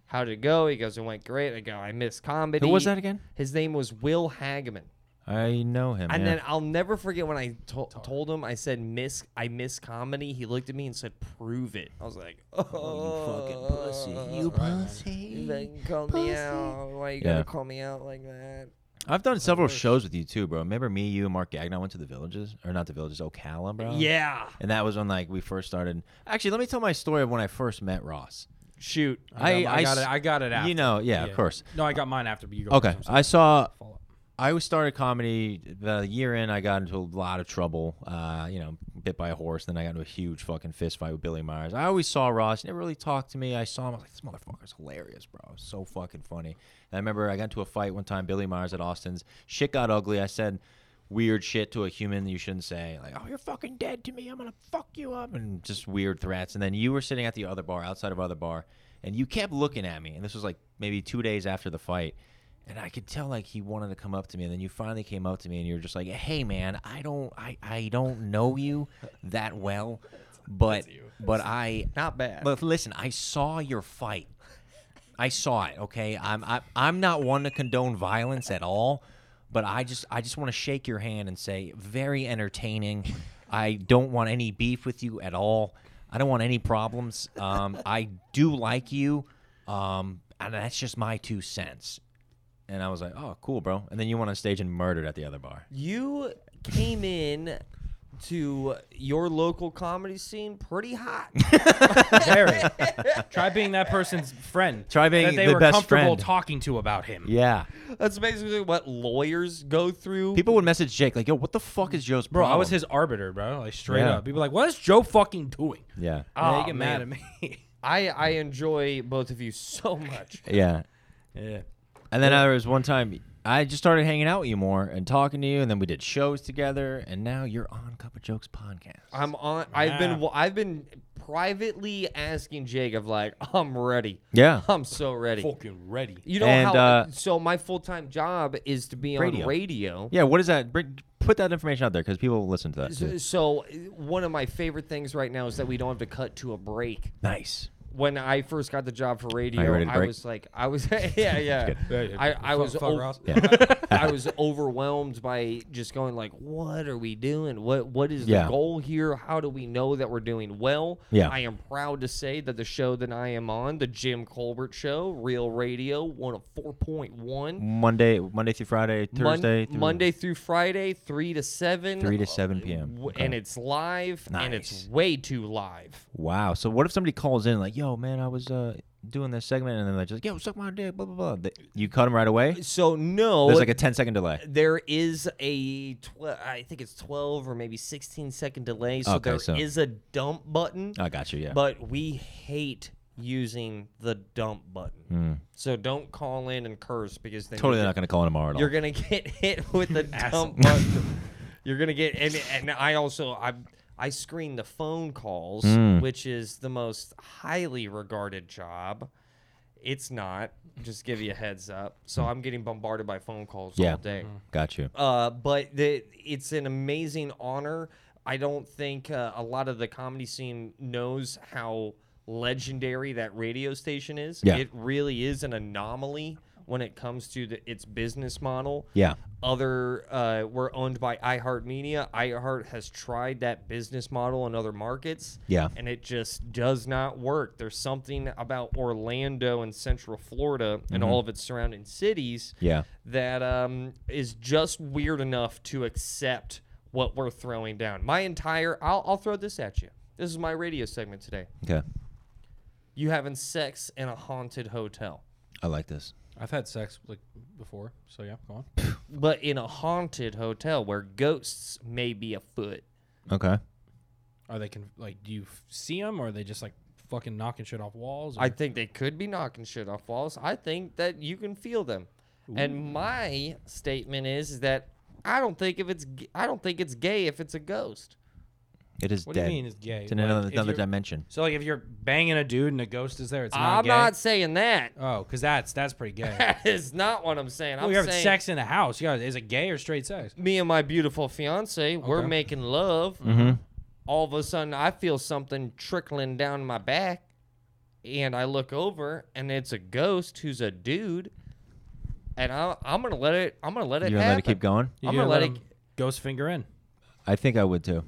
Speaker 3: how'd it go?" He goes, "It went great." I go, "I miss comedy."
Speaker 1: Who was that again?
Speaker 3: His name was Will Hagman.
Speaker 1: I know him.
Speaker 3: And
Speaker 1: yeah.
Speaker 3: then I'll never forget when I to- told him I said miss I miss comedy. He looked at me and said, "Prove it." I was like, "Oh, you fucking pussy, you pussy, fucking call me out. Why you
Speaker 1: Yeah.
Speaker 3: gotta call me out like that?"
Speaker 1: I've done several shows with you too, bro. Remember me, you, and Mark Gagnon went to the villages, or not the villages, Ocala, bro.
Speaker 3: Yeah,
Speaker 1: And that was when like we first started. Actually, let me tell my story of when I first met Ross.
Speaker 3: shoot.
Speaker 2: I, got- I, got
Speaker 1: s-
Speaker 2: it. I got it after.
Speaker 1: You know, yeah,
Speaker 2: Yeah.
Speaker 1: of course.
Speaker 2: No, I got mine after. But you go
Speaker 1: Okay,
Speaker 2: first, I'm
Speaker 1: I
Speaker 2: sorry.
Speaker 1: saw.
Speaker 2: Follow up.
Speaker 1: I was started comedy the year in. I got into a lot of trouble. Uh, you know, bit by a horse. Then I got into a huge fucking fist fight with Billy Myers. I always saw Ross. He never really talked to me. I saw him. I was like, this motherfucker's hilarious, bro. So fucking funny. And I remember I got into a fight one time. Billy Myers at Austin's. Shit got ugly. I said. weird shit to a human you shouldn't say, like, "Oh, you're fucking dead to me. I'm gonna fuck you up," and just weird threats. And then you were sitting at the other bar, outside of other bar, and you kept looking at me. And this was like maybe two days after the fight, and I could tell like he wanted to come up to me. And then you finally came up to me, and you were just like, "Hey, man, I don't, I, I don't know you that well, but, but I,
Speaker 3: Not bad.
Speaker 1: but listen, I saw your fight. I saw it. Okay, I'm I, I'm not one to condone violence at all, but I just I just want to shake your hand and say very entertaining. I don't want any beef with you at all. I don't want any problems. Um, I do like you, um, and that's just my two cents. And I was like, oh, cool, bro. And then you went on stage and murdered at the other bar.
Speaker 3: you came in to your local comedy scene pretty hot.
Speaker 2: Very. Try being that person's friend.
Speaker 1: Try being
Speaker 2: that they
Speaker 1: the
Speaker 2: were
Speaker 1: best
Speaker 2: comfortable
Speaker 1: friend.
Speaker 2: talking to about him.
Speaker 1: Yeah,
Speaker 3: That's basically what lawyers go through.
Speaker 1: people would message Jake like, yo, what the fuck is Joe's
Speaker 2: Bro,
Speaker 1: problem?
Speaker 2: I was his arbiter, bro. Like straight
Speaker 1: Yeah. Oh,
Speaker 2: up. People were like, what is Joe fucking doing?
Speaker 1: Yeah,
Speaker 2: And they
Speaker 3: Aw,
Speaker 2: get mad at me.
Speaker 3: I I enjoy both of you so much.
Speaker 1: yeah.
Speaker 2: yeah.
Speaker 1: And then there was one time I just started hanging out with you more and talking to you, and then we did shows together, and now you're on Cup of Jokes podcast.
Speaker 3: I'm on. I've been.
Speaker 2: Yeah.
Speaker 3: wa- I've been privately asking Jake of like, I'm ready.
Speaker 1: Yeah.
Speaker 3: I'm so ready.
Speaker 2: Fucking ready.
Speaker 3: You know
Speaker 1: And,
Speaker 3: how?
Speaker 1: uh,
Speaker 3: so my full time job is to be
Speaker 1: Radio.
Speaker 3: on radio.
Speaker 1: Yeah, what is that? Br- Put that information out there because people listen to that.
Speaker 3: So,
Speaker 1: Too.
Speaker 3: so uh, one of my favorite things right now is that we don't have to cut to a break.
Speaker 1: Nice.
Speaker 3: When I first got the job for radio,
Speaker 1: ready to
Speaker 3: I
Speaker 1: break?
Speaker 3: was like, I was, yeah, yeah.
Speaker 2: Yeah, yeah.
Speaker 3: I, I
Speaker 2: Fuck-
Speaker 3: was,
Speaker 2: fuck
Speaker 3: o-
Speaker 2: Ross.
Speaker 3: I was overwhelmed by just going like, what are we doing? What what is
Speaker 1: Yeah.
Speaker 3: the goal here? How do we know that we're doing well?
Speaker 1: Yeah.
Speaker 3: I am proud to say that the show that I am on, the Jim Colbert Show, Real Radio, one of four point one.
Speaker 1: Monday, Monday through Friday,
Speaker 3: Mon-
Speaker 1: Thursday, through-
Speaker 3: Monday through Friday, three to seven.
Speaker 1: three to
Speaker 3: uh,
Speaker 1: seven p.m.
Speaker 3: w-
Speaker 1: Okay.
Speaker 3: And it's live, and it's
Speaker 1: Nice.
Speaker 3: way too live.
Speaker 1: wow. So what if somebody calls in like, "Yo, man, I was uh, doing this segment," and then they're just like, "Yo, suck my dick," blah blah blah. Th- You cut them right away.
Speaker 3: So no,
Speaker 2: Oh,
Speaker 1: There's like a 10 second delay.
Speaker 3: there is a tw- I think it's twelve or maybe sixteen second delay. So
Speaker 1: Okay,
Speaker 3: there is
Speaker 1: so-
Speaker 3: a dump button,
Speaker 1: I got you. Yeah.
Speaker 3: but we hate using the dump button. So don't call in and curse because then
Speaker 1: Hmm. totally
Speaker 3: you're,
Speaker 1: not gonna call in tomorrow at all.
Speaker 3: you're gonna get hit with the dump button. You're gonna get and and I also I I screen the phone calls,
Speaker 1: Hmm.
Speaker 3: which is the most highly regarded job. It's not. Just give you a heads up. So I'm getting bombarded by phone calls
Speaker 1: Hmm. Yeah.
Speaker 3: all day.
Speaker 1: got you.
Speaker 3: Uh, but the, it's an amazing honor. I don't think uh, a lot of the comedy scene knows how legendary that radio station is.
Speaker 1: Yeah.
Speaker 3: It really is an anomaly when it comes to the, its business model.
Speaker 1: Yeah.
Speaker 3: Other, uh, we're owned by iHeartMedia. iHeart has tried that business model in other markets.
Speaker 1: Yeah.
Speaker 3: And it just does not work. There's something about Orlando and Central Florida and all of its surrounding cities
Speaker 1: Mm-hmm. Yeah.
Speaker 3: that um, is just weird enough to accept what we're throwing down. My entire, I'll, I'll throw this at you. This is my radio segment today.
Speaker 1: Okay.
Speaker 3: You having sex in a haunted hotel,
Speaker 1: I like this.
Speaker 2: I've had sex like before, so yeah, go on.
Speaker 3: but in a haunted hotel where ghosts may be afoot.
Speaker 1: Okay.
Speaker 2: Are they can like? Do you f- see them, or are they just like fucking knocking shit off walls? Or?
Speaker 3: I think they could be knocking shit off walls. I think that you can feel them. And my statement is, is that I don't think if it's g- I don't think it's gay if it's a ghost.
Speaker 1: It is
Speaker 2: what
Speaker 1: dead.
Speaker 2: do you mean is gay?
Speaker 1: It's in
Speaker 2: Like,
Speaker 1: another,
Speaker 2: if
Speaker 1: another
Speaker 2: you're-
Speaker 1: dimension.
Speaker 2: So like, if you're banging a dude and a ghost is there, it's not
Speaker 3: I'm
Speaker 2: gay.
Speaker 3: not saying that.
Speaker 2: Oh, because that's that's pretty gay.
Speaker 3: That is not what I'm saying.
Speaker 2: well,
Speaker 3: I'm
Speaker 2: you're having
Speaker 3: saying
Speaker 2: sex in a house. Yeah, is it gay or straight sex?
Speaker 3: me and my beautiful fiance, we're
Speaker 2: Okay.
Speaker 3: making love.
Speaker 1: Mm-hmm.
Speaker 3: All of a sudden, I feel something trickling down my back, and I look over, and it's a ghost who's a dude. And I, I'm gonna let it. I'm gonna let it
Speaker 1: You're gonna
Speaker 3: happen.
Speaker 1: let it keep going?
Speaker 2: You
Speaker 3: I'm gonna let, it.
Speaker 2: 'em ghost finger in.
Speaker 1: I think I would too.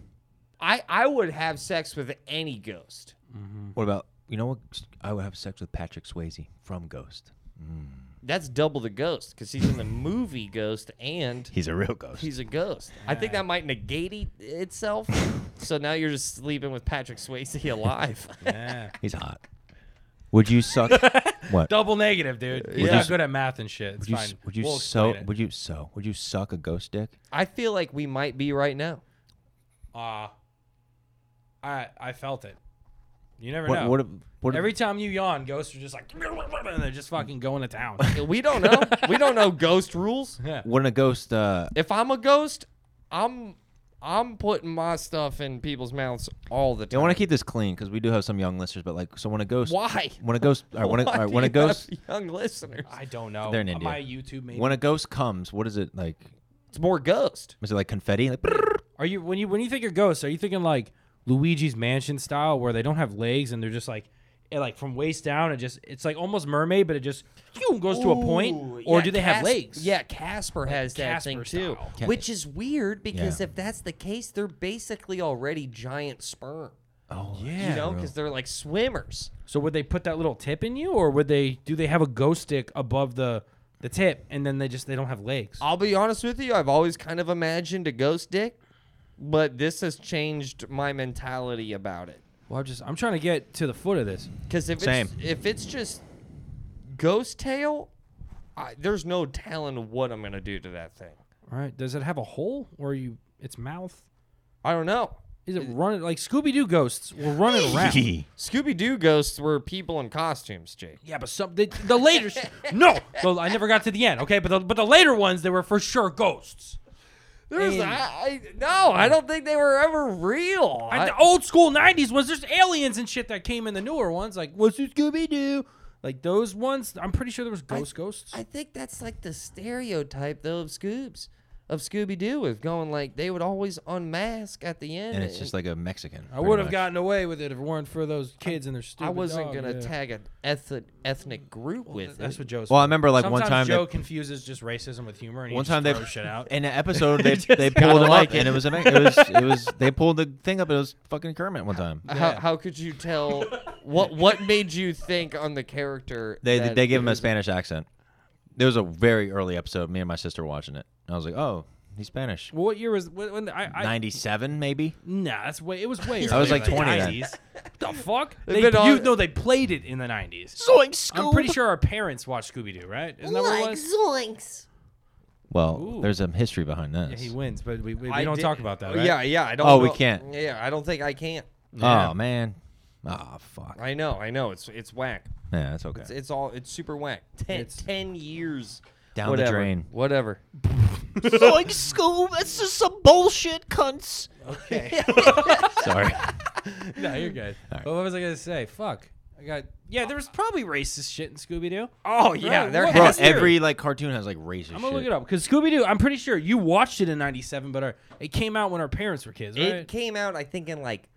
Speaker 3: I I would have sex with any ghost.
Speaker 2: Hmm.
Speaker 1: What about you know what? I would have sex with Patrick Swayze from Ghost.
Speaker 3: That's double the ghost because he's in the movie Ghost and
Speaker 1: He's a real ghost.
Speaker 3: he's a ghost. I think that might negate it- itself. so now you're just sleeping with Patrick Swayze alive.
Speaker 2: Yeah.
Speaker 1: He's hot. Would you suck? what?
Speaker 2: Double negative, dude. He's
Speaker 1: you
Speaker 2: not
Speaker 1: s-
Speaker 2: good at math and shit. It's
Speaker 1: Would you,
Speaker 2: fine.
Speaker 1: s- would you
Speaker 2: We'll
Speaker 1: so?
Speaker 2: explain it.
Speaker 1: Would you so? Would you suck a ghost dick?
Speaker 3: I feel like we might be right now.
Speaker 2: Uh, I I felt it. You never
Speaker 1: What?
Speaker 2: know.
Speaker 1: What? if- what if-
Speaker 2: Every time you yawn, ghosts are just like, and they're just fucking going to town.
Speaker 3: We don't know. we don't know ghost rules.
Speaker 2: Yeah.
Speaker 1: wouldn't a ghost? Uh,
Speaker 3: If I'm a ghost, I'm I'm putting my stuff in people's mouths all the
Speaker 1: Yeah,
Speaker 3: time.
Speaker 1: I want to keep this clean because we do have some young listeners, but like, so when a ghost,
Speaker 3: Why?
Speaker 1: when a ghost, all right, when, a,
Speaker 3: Why
Speaker 1: all right,
Speaker 3: do
Speaker 1: when a
Speaker 3: you have
Speaker 1: ghost,
Speaker 3: young listeners,
Speaker 2: I don't know.
Speaker 1: They're in India.
Speaker 2: My YouTube maybe.
Speaker 1: when a ghost comes, what is it like?
Speaker 3: it's more ghost.
Speaker 1: Is it like confetti? Like, brrrr?
Speaker 2: Are you when you when you think of ghosts? Are you thinking like Luigi's Mansion style, where they don't have legs and they're just like, it, like from waist down? It just it's like almost mermaid, but it just phew, goes to a point.
Speaker 3: Ooh,
Speaker 2: Or
Speaker 3: yeah,
Speaker 2: do they have
Speaker 3: Cas-
Speaker 2: legs?
Speaker 3: Yeah, Casper has that
Speaker 2: Casper
Speaker 3: thing too,
Speaker 2: style.
Speaker 1: Ca-
Speaker 3: which is weird because if that's the case, they're basically already giant sperm.
Speaker 1: oh
Speaker 3: You know, because they're like swimmers.
Speaker 2: So would they put that little tip in you, or would they do they have a ghost stick above the the tip and then they just they don't have legs?
Speaker 3: I'll be honest with you, I've always kind of imagined a ghost dick, but this has changed my mentality about it.
Speaker 2: Well, I'm just I'm trying to get to the foot of this.
Speaker 3: Because if
Speaker 1: Same.
Speaker 3: it's if it's just ghost tail, I, there's no telling what I'm gonna do to that thing.
Speaker 2: All right, does it have a hole or you its mouth?
Speaker 3: I don't know.
Speaker 2: Is it running like Scooby Doo ghosts? We're running around.
Speaker 3: Scooby Doo ghosts were people in costumes, Jake.
Speaker 2: Yeah, but some the, the later sh- no, Well, I never got to the end. Okay, but the, but the later ones they were for sure ghosts.
Speaker 3: There's,
Speaker 2: And-
Speaker 3: I, I, no, I don't think they were ever real.
Speaker 2: Like,
Speaker 3: I-
Speaker 2: the old school '90s ones, there's aliens and shit that came in the newer ones. Like what's this Scooby Doo? Like those ones, I'm pretty sure there was ghost ghosts.
Speaker 3: I think that's like the stereotype though of Scoobs, of Scooby Doo, of going like they would always unmask at the end.
Speaker 1: and it's just like a Mexican.
Speaker 2: I
Speaker 1: pretty
Speaker 2: would have
Speaker 1: much.
Speaker 2: gotten away with it if it weren't for those kids and their stupid.
Speaker 3: I wasn't
Speaker 2: dog,
Speaker 3: gonna
Speaker 2: yeah.
Speaker 3: tag an ethnic ethnic group with
Speaker 2: That's
Speaker 3: it.
Speaker 2: what Joe's.
Speaker 1: Well, I remember like
Speaker 2: Sometimes
Speaker 1: one time,
Speaker 2: Joe
Speaker 1: they,
Speaker 2: confuses just racism with humor, and
Speaker 1: one
Speaker 2: he
Speaker 1: time they
Speaker 2: just throws shit out.
Speaker 1: in an episode they,
Speaker 2: just
Speaker 1: they
Speaker 2: gotta
Speaker 1: pulled him
Speaker 2: like
Speaker 1: up and it was a Me- it was it was they pulled the thing up. It was fucking Kermit one time.
Speaker 3: how, how could you tell what what made you think on the character?
Speaker 1: They
Speaker 3: that
Speaker 1: they gave him
Speaker 3: it
Speaker 1: a
Speaker 3: was
Speaker 1: Spanish accent. There was a very early episode. Me and my sister watching it. And I was like, oh, he's Spanish.
Speaker 2: Well, what year was when, when I, I
Speaker 1: Ninety seven maybe.
Speaker 2: Nah, that's way. It was way.
Speaker 1: I was
Speaker 2: earlier
Speaker 1: like
Speaker 2: than
Speaker 1: 20 then.
Speaker 2: 90s. the fuck?
Speaker 3: They've
Speaker 2: They,
Speaker 3: been on-
Speaker 2: you know they played it in the nineties. I'm pretty sure our parents watched Scooby Doo, right? Isn't that what it was?
Speaker 5: Zoinks.
Speaker 1: Well,
Speaker 2: Ooh.
Speaker 1: there's some history behind this.
Speaker 2: Yeah, he wins, but we, we, we
Speaker 3: I
Speaker 2: don't
Speaker 3: did-
Speaker 2: talk about that. Right?
Speaker 3: Yeah, yeah. I don't.
Speaker 1: Oh, we
Speaker 3: know-
Speaker 1: can't.
Speaker 3: Yeah, I don't think I can.
Speaker 1: Oh man. Oh fuck.
Speaker 3: I know, I know. It's it's whack.
Speaker 1: Yeah, that's okay.
Speaker 3: It's, it's all it's super whack. Ten,
Speaker 2: It's-
Speaker 3: 10 years
Speaker 1: Down the
Speaker 3: whatever,
Speaker 1: drain.
Speaker 3: Whatever.
Speaker 5: Zoink Scoob. That's just some bullshit, cunts.
Speaker 1: Sorry.
Speaker 2: no, you're good.
Speaker 1: right.
Speaker 2: But what was I gonna say? Fuck. I got. Yeah, there was probably racist shit in Scooby Doo.
Speaker 3: Oh yeah,
Speaker 2: Right,
Speaker 3: there
Speaker 2: what-
Speaker 1: Bro,
Speaker 3: has
Speaker 2: That's
Speaker 3: to be.
Speaker 1: every like cartoon has like racist
Speaker 2: I'm gonna
Speaker 1: shit.
Speaker 2: look it up because Scooby Doo. I'm pretty sure you watched it in '97, but our, it came out when our parents were kids,
Speaker 3: It
Speaker 2: right?
Speaker 3: came out, I think, in like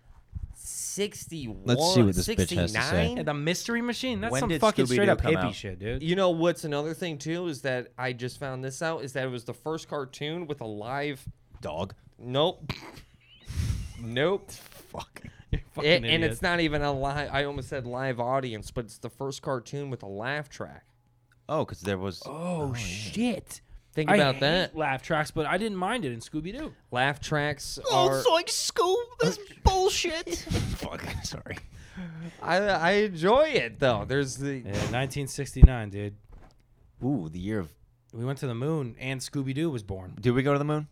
Speaker 3: 61,
Speaker 1: Let's see what this bitch has to say.
Speaker 3: 69?
Speaker 2: Yeah, the Mystery Machine. That's
Speaker 1: When
Speaker 2: some
Speaker 1: did
Speaker 2: fucking
Speaker 1: Scooby-Doo
Speaker 2: straight up
Speaker 1: come
Speaker 2: hippie
Speaker 1: out?
Speaker 2: shit, dude.
Speaker 3: You know what's another thing too is that I just found this out is that it was the first cartoon with a live.
Speaker 1: Dog.
Speaker 3: Nope. nope.
Speaker 1: Fuck.
Speaker 2: Fucking
Speaker 3: It- and
Speaker 2: idiot.
Speaker 3: it's not even a live. I almost said live audience, but it's the first cartoon with a laugh track.
Speaker 1: Oh, because there was.
Speaker 2: Oh, shit.
Speaker 3: Think
Speaker 2: I
Speaker 3: about
Speaker 2: hate
Speaker 3: that.
Speaker 2: laugh tracks, but I didn't mind it in Scooby Doo.
Speaker 3: Laugh tracks
Speaker 5: Oh,
Speaker 3: are.
Speaker 5: Zoink Scoob. That's bullshit.
Speaker 1: Fuck. Sorry.
Speaker 3: I, I enjoy it though. There's the
Speaker 2: Yeah, 1969, dude.
Speaker 1: Ooh, the year of.
Speaker 2: We went to the moon, and Scooby Doo was born.
Speaker 1: Did we go to the moon?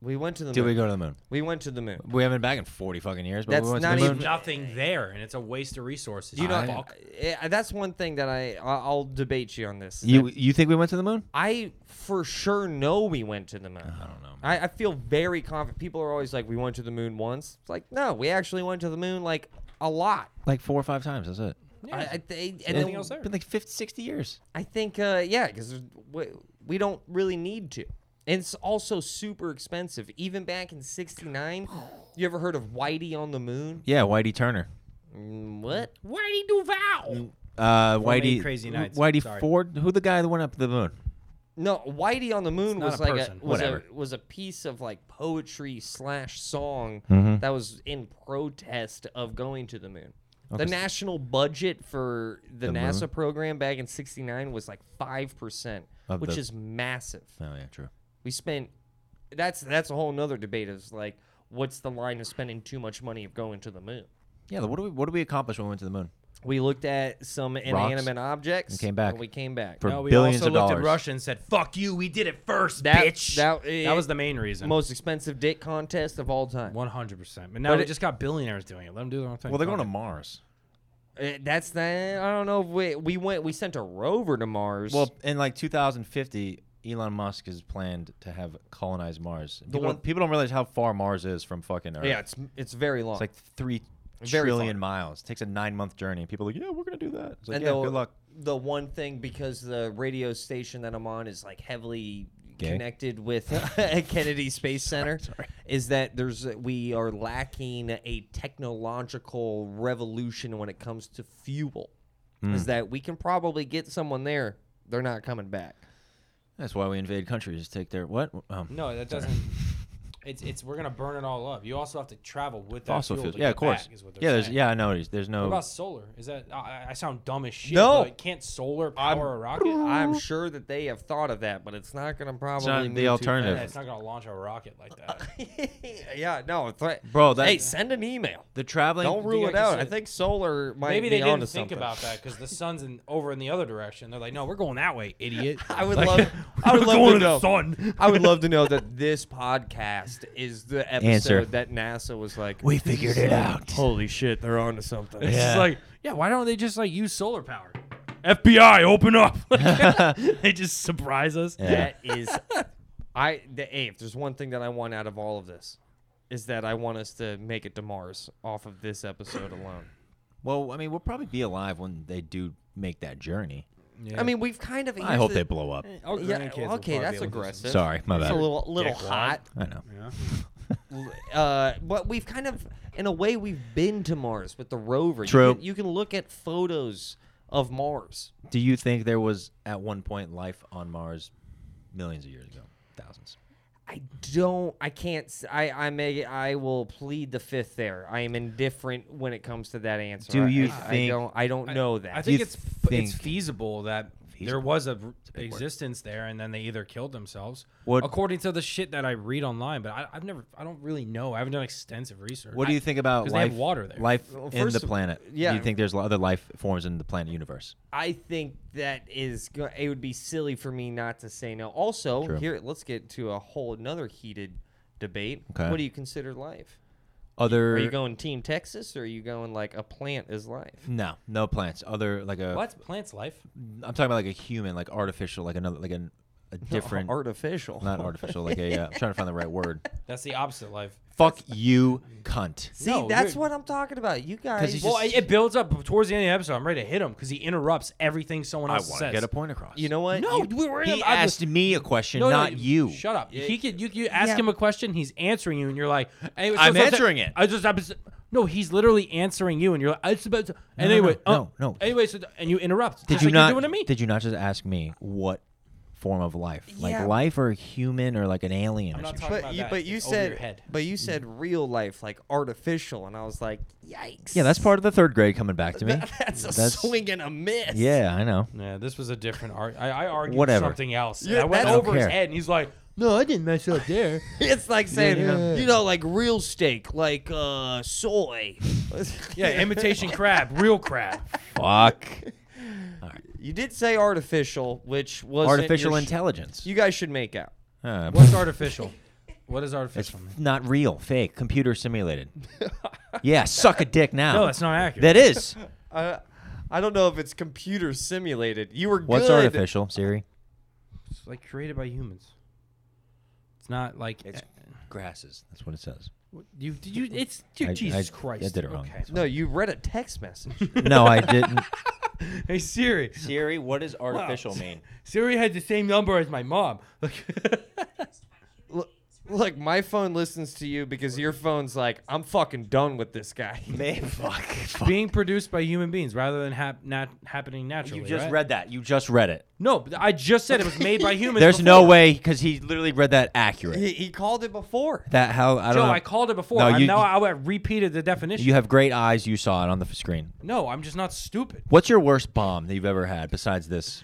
Speaker 3: we went to the
Speaker 1: Did
Speaker 3: moon.
Speaker 1: we go to the moon?
Speaker 3: we went to the moon.
Speaker 1: We haven't been back in forty fucking years, but
Speaker 3: That's
Speaker 1: we went
Speaker 3: not
Speaker 1: to the
Speaker 3: even-
Speaker 1: moon.
Speaker 2: Nothing there, and it's a waste of resources.
Speaker 3: You know,
Speaker 1: I-
Speaker 2: fuck.
Speaker 3: eh, that's one thing that I I- I'll debate you on this. is
Speaker 1: You
Speaker 3: that
Speaker 1: you think we went to the moon?
Speaker 3: I for sure know we went to the moon.
Speaker 1: I don't know.
Speaker 3: I, I feel very confident. People are always like, "We went to the moon once." It's like, no, we actually went to the moon like a lot.
Speaker 1: Like four or five times. That's it.
Speaker 3: I,
Speaker 2: Yeah.
Speaker 3: I, they, and
Speaker 2: Anything
Speaker 3: then-
Speaker 2: else there?
Speaker 1: Been like 50, 60 years.
Speaker 3: I think, uh, yeah, because we, we don't really need to. And it's also super expensive. Even back in '69, you ever heard of Whitey on the Moon?
Speaker 1: Yeah, Whitey Turner.
Speaker 3: Mm, What?
Speaker 2: Whitey Duval.
Speaker 1: Uh,
Speaker 2: Eight
Speaker 1: Whitey.
Speaker 2: Crazy
Speaker 1: who-
Speaker 2: Nights.
Speaker 1: Whitey
Speaker 2: Sorry.
Speaker 1: Ford. Who the guy that went up to the moon?
Speaker 3: No, Whitey on the Moon
Speaker 2: not
Speaker 3: was
Speaker 2: a
Speaker 3: like
Speaker 2: person.
Speaker 3: a was, a
Speaker 1: Whatever.
Speaker 3: was a piece of like poetry slash song
Speaker 1: Mhm.
Speaker 3: that was in protest of going to the moon.
Speaker 1: Okay.
Speaker 3: The national budget for the,
Speaker 1: The
Speaker 3: NASA
Speaker 1: moon?
Speaker 3: program back in '69 was like five percent,
Speaker 1: Of
Speaker 3: which
Speaker 1: the-
Speaker 3: is massive.
Speaker 1: Oh yeah, true.
Speaker 3: We spent that's that's a whole nother debate. Is like what's the line of spending too much money of going to the moon?
Speaker 1: Yeah. What do we what do we accomplish when we went to the moon?
Speaker 3: We looked at some inanimate objects
Speaker 1: came back.
Speaker 3: And we came back.
Speaker 1: For
Speaker 2: No, we
Speaker 1: billions
Speaker 2: also
Speaker 1: of
Speaker 2: looked
Speaker 1: dollars.
Speaker 2: at Russia and said, "Fuck you, we did it first,
Speaker 3: That-
Speaker 2: bitch."
Speaker 3: that-
Speaker 2: that was the main reason.
Speaker 3: Most expensive dick contest of all time.
Speaker 2: One hundred percent. But now
Speaker 3: But
Speaker 2: we
Speaker 3: it-
Speaker 2: just got billionaires doing it. Let them do their own thing.
Speaker 1: Well, they're
Speaker 2: Fuck
Speaker 1: going to
Speaker 2: it.
Speaker 1: Mars.
Speaker 3: Uh, That's the I don't know if we we went we sent a rover to Mars.
Speaker 1: Well, in like 2050, Elon Musk has planned to have colonized Mars. People,
Speaker 3: one-
Speaker 1: don't, people don't realize how far Mars is from fucking Earth.
Speaker 3: Yeah, it's it's very long.
Speaker 1: It's like three
Speaker 3: Very
Speaker 1: trillion
Speaker 3: far.
Speaker 1: miles. It takes a nine month journey. And people are like, yeah, we're going to do that. It's like,
Speaker 3: and
Speaker 1: yeah,
Speaker 3: the,
Speaker 1: good luck.
Speaker 3: the one thing because the radio station that I'm on is like heavily
Speaker 1: Gay?
Speaker 3: connected with Kennedy Space Center is that there's we are lacking a technological revolution when it comes to fuel.
Speaker 1: Hmm.
Speaker 3: Is that we can probably get someone there, they're not coming back.
Speaker 1: That's why we invade countries. Take their, what? Um,
Speaker 2: No, that doesn't. It's it's we're gonna burn it all up. You also have to travel with that
Speaker 1: fossil
Speaker 2: fuel
Speaker 1: fuels.
Speaker 2: to
Speaker 1: Yeah,
Speaker 2: get
Speaker 1: of course.
Speaker 2: back, is what they're
Speaker 1: Yeah, there's,
Speaker 2: saying.
Speaker 1: yeah, I know. There's, there's no.
Speaker 2: What about solar? Is that I, I sound dumb as shit?
Speaker 3: No.
Speaker 2: but can't solar power a rocket?
Speaker 3: I'm sure that they have thought of that, but it's not going to
Speaker 1: the
Speaker 3: probably move too
Speaker 1: alternative.
Speaker 2: Yeah, it's not gonna launch a rocket like that.
Speaker 3: fast. yeah, no. It's like,
Speaker 1: Bro, that-
Speaker 3: hey, send an email.
Speaker 1: the traveling.
Speaker 3: Don't
Speaker 2: you
Speaker 3: rule it
Speaker 2: gotta
Speaker 3: out. I
Speaker 2: consider-
Speaker 3: think solar might
Speaker 2: Maybe
Speaker 3: be
Speaker 2: they didn't
Speaker 3: onto
Speaker 2: think
Speaker 3: something.
Speaker 2: about that because the sun's in over in the other direction. They're like, no, we're going that way, idiot.
Speaker 3: I would love. I would love to know.
Speaker 2: sun.
Speaker 3: I would love to know that this podcast is the episode
Speaker 1: Answer.
Speaker 3: that NASA was like,
Speaker 1: We figured it out.
Speaker 3: "Holy shit, they're onto something."
Speaker 2: It's
Speaker 1: Yeah.
Speaker 2: just like, yeah, why don't they just like use solar power? FBI, open up! they just surprise us.
Speaker 1: Yeah.
Speaker 3: That is, I the hey, if there's one thing that I want out of all of this, is that I want us to make it to Mars off of this episode alone.
Speaker 1: Well, I mean, we'll probably be alive when they do make that journey.
Speaker 2: Yeah.
Speaker 3: I mean, we've kind of.
Speaker 1: I hope they blow up.
Speaker 2: Our
Speaker 3: Yeah,
Speaker 2: grandkids will probably
Speaker 3: okay, that's
Speaker 2: be able to-
Speaker 3: aggressive.
Speaker 1: Sorry, my
Speaker 3: It's a
Speaker 1: bad.
Speaker 3: little little
Speaker 2: Dick
Speaker 3: hot.
Speaker 1: I know.
Speaker 2: Yeah.
Speaker 3: uh, but we've kind of, in a way, we've been to Mars with the rover.
Speaker 1: True.
Speaker 3: You can, you can look at photos of Mars.
Speaker 1: Do you think there was at one point life on Mars millions of years ago? Thousands.
Speaker 3: I don't. I can't. s- I. I may. I will plead the fifth there. I am indifferent when it comes to that answer.
Speaker 1: Do
Speaker 3: I-
Speaker 1: you
Speaker 3: I,
Speaker 1: think-
Speaker 3: I don't. I don't know that.
Speaker 2: I think
Speaker 1: you
Speaker 2: it's
Speaker 1: think-
Speaker 2: it's feasible that there
Speaker 1: Feasible.
Speaker 2: was a r-
Speaker 1: big word.
Speaker 2: existence there, and then they either killed themselves,
Speaker 1: What-
Speaker 2: according to the shit that I read online. But I, I've never, I don't really know. I haven't done extensive research.
Speaker 1: What do you
Speaker 2: I-
Speaker 1: think about
Speaker 2: 'Cause they have
Speaker 1: life?
Speaker 2: water there.
Speaker 1: Life
Speaker 3: Well,
Speaker 1: in the
Speaker 3: first of-
Speaker 1: planet.
Speaker 3: yeah.
Speaker 1: Do you think there's other life forms in the planet universe?
Speaker 3: I think that is. go- It would be silly for me not to say no. Also,
Speaker 1: True.
Speaker 3: here, let's get to a whole another heated debate.
Speaker 1: Okay. Er
Speaker 3: What do you consider life?
Speaker 1: Other.
Speaker 3: Are you going Team Texas, or are you going like a plant is life?
Speaker 1: No, no plants. Other like a.
Speaker 2: What's plants life?
Speaker 1: I'm talking about like a human, like artificial, like another, like an, a different,
Speaker 3: artificial.
Speaker 1: not artificial, like a. Uh, I'm trying to find the right word.
Speaker 2: That's the opposite life.
Speaker 1: Fuck you, cunt.
Speaker 3: See,
Speaker 2: No,
Speaker 3: that's
Speaker 2: dude.
Speaker 3: what I'm talking about. You guys.
Speaker 1: he's
Speaker 2: Well,
Speaker 1: just-
Speaker 2: I- it builds up towards the end of the episode. I'm ready to hit him because he interrupts everything someone
Speaker 1: I
Speaker 2: else
Speaker 1: want to
Speaker 2: says.
Speaker 1: get a point across.
Speaker 3: you know what?
Speaker 2: No,
Speaker 3: You-
Speaker 2: we were in
Speaker 1: he
Speaker 2: the- I was-
Speaker 1: asked me a question,
Speaker 2: No, no,
Speaker 1: not you.
Speaker 2: Shut up. He could. You, you ask him a question. He's answering you, and you're like, hey,
Speaker 1: I'm
Speaker 2: so- so-
Speaker 1: answering it.
Speaker 2: I just. I was- no, he's literally answering you, and you're like, it's about. To, and
Speaker 1: no,
Speaker 2: anyway,
Speaker 1: no,
Speaker 2: uh,
Speaker 1: no, no.
Speaker 2: Anyway, so and you interrupt.
Speaker 1: Did
Speaker 2: just
Speaker 1: you
Speaker 2: like
Speaker 1: not?
Speaker 2: You're doing to me.
Speaker 1: Did you not just ask me what form of life,
Speaker 3: Yeah.
Speaker 1: like life or human or like an alien?
Speaker 2: I'm
Speaker 1: or
Speaker 2: not
Speaker 1: something?
Speaker 2: talking about
Speaker 3: But you,
Speaker 2: that.
Speaker 3: but you
Speaker 2: It's over your
Speaker 3: said
Speaker 2: head.
Speaker 3: but you said
Speaker 1: Mm-hmm.
Speaker 3: real life like artificial, and I was like, yikes.
Speaker 1: yeah, that's part of the third grade coming back to me.
Speaker 3: that's a
Speaker 1: That's-
Speaker 3: swing and a miss.
Speaker 1: yeah, I know.
Speaker 2: Yeah, this was a different art. I, I argued
Speaker 1: Whatever.
Speaker 2: something else.
Speaker 3: Yeah,
Speaker 2: Yeah, I went
Speaker 3: that's-
Speaker 2: over his
Speaker 1: care.
Speaker 2: head, and he's like, "No, I didn't mess up there."
Speaker 3: it's like saying
Speaker 1: yeah.
Speaker 3: you know like real steak, like uh soy.
Speaker 2: yeah, imitation crab, real crab.
Speaker 1: Fuck.
Speaker 3: you did say artificial, which was
Speaker 1: Artificial
Speaker 3: your sh-
Speaker 1: intelligence.
Speaker 3: You guys should make out.
Speaker 1: Uh,
Speaker 2: What's artificial? What is
Speaker 1: it's
Speaker 2: artificial?
Speaker 1: not real, fake, computer simulated. yeah, suck a dick now.
Speaker 2: No, that's not accurate.
Speaker 1: That is.
Speaker 3: I I don't know if it's computer simulated. You were
Speaker 1: What's
Speaker 3: good.
Speaker 1: artificial, Siri?
Speaker 2: It's like created by humans. It's not like
Speaker 1: It's- Grasses. That's what it says.
Speaker 2: What- You did you? It's dude,
Speaker 1: I-
Speaker 2: Jesus
Speaker 1: I- I
Speaker 2: Christ.
Speaker 1: did it wrong.
Speaker 2: Okay.
Speaker 3: No, you read a text message.
Speaker 1: No, I didn't.
Speaker 2: Hey Siri.
Speaker 1: Siri, what does
Speaker 2: artificial mean? Siri had the same number as my mom. Look.
Speaker 3: look, look, my phone listens to you because your phone's like, I'm fucking done with this guy.
Speaker 1: Man, fuck. fuck.
Speaker 2: Being produced by human beings rather than hap- nat- happening naturally.
Speaker 1: You just
Speaker 2: right?
Speaker 1: read that. You just read it.
Speaker 2: No, but I just said it was made by humans.
Speaker 1: There's no
Speaker 2: before.
Speaker 1: way because he literally read that accurate.
Speaker 3: He, he called it before.
Speaker 1: That how I don't
Speaker 2: Joe,
Speaker 1: know.
Speaker 2: I called it before.
Speaker 1: No,
Speaker 2: I'm
Speaker 1: you-
Speaker 2: now I repeated the definition.
Speaker 1: you have great eyes. You saw it on the f- screen.
Speaker 2: no, I'm just not stupid.
Speaker 1: What's your worst bomb that you've ever had besides this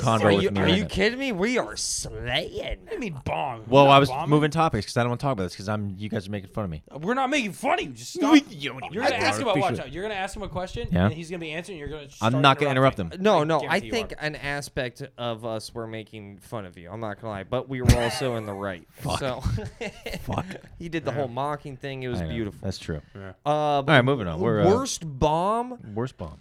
Speaker 1: convo
Speaker 3: Are
Speaker 1: with
Speaker 3: you,
Speaker 1: me?
Speaker 3: are
Speaker 1: right
Speaker 3: you
Speaker 1: now?
Speaker 3: kidding me? We are slaying.
Speaker 2: I mean, bomb.
Speaker 1: Well,
Speaker 2: We're not
Speaker 1: I was
Speaker 2: bombing.
Speaker 1: moving topics because I don't want to talk about this because I'm. You guys are making fun of me.
Speaker 2: We're not making fun of you. Just stop.
Speaker 1: don't even
Speaker 2: You're gonna
Speaker 1: matter.
Speaker 2: ask him about watch
Speaker 1: Appreciate
Speaker 2: out. You're gonna ask him a question,
Speaker 1: Yeah.
Speaker 2: and he's gonna be answering. You're gonna.
Speaker 1: I'm
Speaker 2: start
Speaker 1: not gonna interrupt
Speaker 2: interrupting.
Speaker 1: him.
Speaker 3: No,
Speaker 2: I
Speaker 3: no. I
Speaker 2: guarantee you
Speaker 3: think
Speaker 2: are.
Speaker 3: an aspect of us were making fun of you. I'm not gonna lie, but we were also in the right. So
Speaker 1: Fuck.
Speaker 3: he did the whole mocking thing. It was
Speaker 1: I know.
Speaker 3: beautiful.
Speaker 1: That's true.
Speaker 3: Uh, All
Speaker 1: right, moving on. We're, uh,
Speaker 3: worst bomb.
Speaker 1: Worst bomb.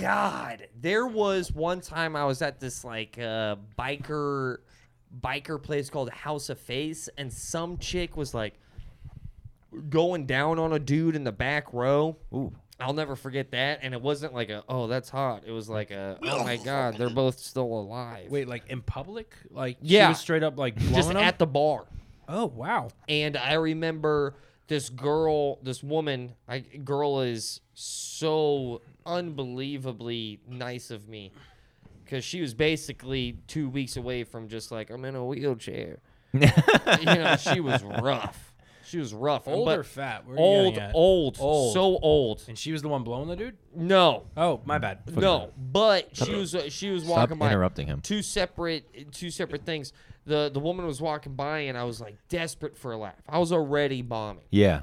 Speaker 3: God, there was one time I was at this like uh, biker biker place called House of Face, and some chick was like going down on a dude in the back row.
Speaker 1: Ooh.
Speaker 3: I'll never forget that. And it wasn't like a oh that's hot. It was like a oh my god, they're both still alive.
Speaker 2: Wait, like in public? Like she
Speaker 3: Yeah.
Speaker 2: was straight up like blowing
Speaker 3: just
Speaker 2: him?
Speaker 3: at the bar.
Speaker 2: oh wow.
Speaker 3: and I remember this girl, this woman, I girl is so unbelievably nice of me because she was basically two weeks away from just like I'm in a wheelchair. you know, she was rough. She was rough.
Speaker 2: Old
Speaker 3: but
Speaker 2: or fat? Where are you
Speaker 3: Old,
Speaker 2: getting at?
Speaker 3: old,
Speaker 2: Old.
Speaker 3: so old.
Speaker 2: And she was the one blowing the dude.
Speaker 3: No,
Speaker 2: Oh my bad.
Speaker 3: no. But she was uh, she was
Speaker 1: Stop
Speaker 3: walking by
Speaker 1: interrupting him.
Speaker 3: two separate two separate things. The the woman was walking by and I was like desperate for a laugh. I was already bombing.
Speaker 1: Yeah.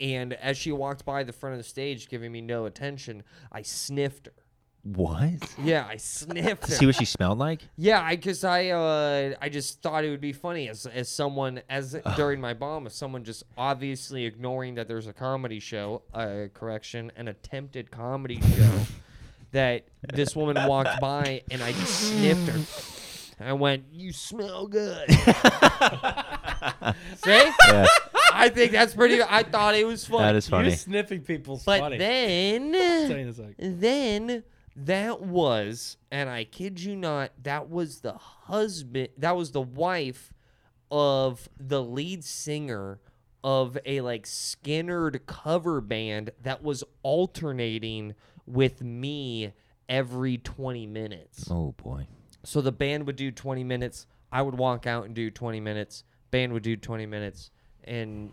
Speaker 3: And as she walked by the front of the stage giving me no attention, I sniffed her.
Speaker 1: What?
Speaker 3: Yeah, I sniffed
Speaker 1: See
Speaker 3: her.
Speaker 1: what she smelled like?
Speaker 3: Yeah, I cuz I uh I just thought it would be funny as as someone as during my bomb if someone just obviously ignoring that there's a comedy show, uh correction, an attempted comedy show that this woman walked by and I just sniffed her. I went, "You smell good." See?
Speaker 1: Yeah,
Speaker 3: I think that's pretty I thought it was funny.
Speaker 1: that is
Speaker 2: You're
Speaker 1: funny.
Speaker 2: sniffing people's
Speaker 3: But
Speaker 2: funny.
Speaker 3: then,
Speaker 2: Saying it's like-
Speaker 3: then that was, and I kid you not, that was the husband, that was the wife of the lead singer of a like Skinnerd cover band that was alternating with me every 20 minutes.
Speaker 1: Oh boy.
Speaker 3: So the band would do 20 minutes, I would walk out and do 20 minutes, band would do 20 minutes, and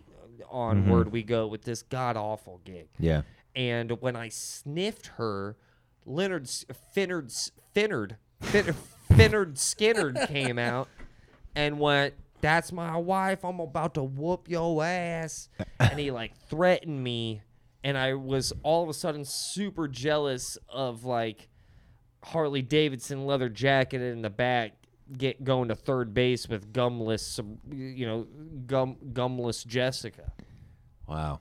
Speaker 3: onward we go with this god awful gig
Speaker 1: Yeah.
Speaker 3: and when I sniffed her, Leonard S- Finnard S- Finnard Fin- Finnard Skinnard came out and went, "That's my wife. I'm about to whoop your ass," and he like threatened me, and I was all of a sudden super jealous of like Harley Davidson leather jacket in the back. Get going to third base with gumless, sub- you know, gum gumless Jessica.
Speaker 1: Wow.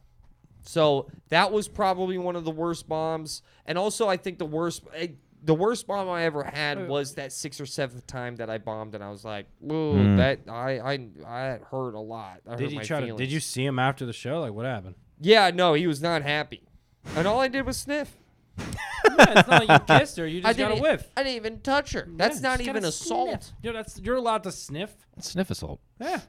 Speaker 3: So that was probably one of the worst bombs. And also, I think the worst, eh, the worst bomb I ever had was that sixth or seventh time that I bombed, and I was like, "Ooh, that I I I hurt a lot." I
Speaker 2: Hmm.
Speaker 3: hurt
Speaker 2: Did you
Speaker 3: my
Speaker 2: try to?
Speaker 3: feelings.
Speaker 2: Did you see him after the show? Like what happened?
Speaker 3: Yeah, no, he was not happy, and all I did was sniff.
Speaker 2: yeah, it's not like you kissed her. You
Speaker 3: I
Speaker 2: just got
Speaker 3: didn't. e
Speaker 2: a whiff.
Speaker 3: I didn't even touch her. That's
Speaker 2: Yeah,
Speaker 3: not
Speaker 2: just gotta
Speaker 3: even assault.
Speaker 2: sniff. Yo, that's you're allowed to sniff.
Speaker 1: Sniff assault.
Speaker 2: Yeah.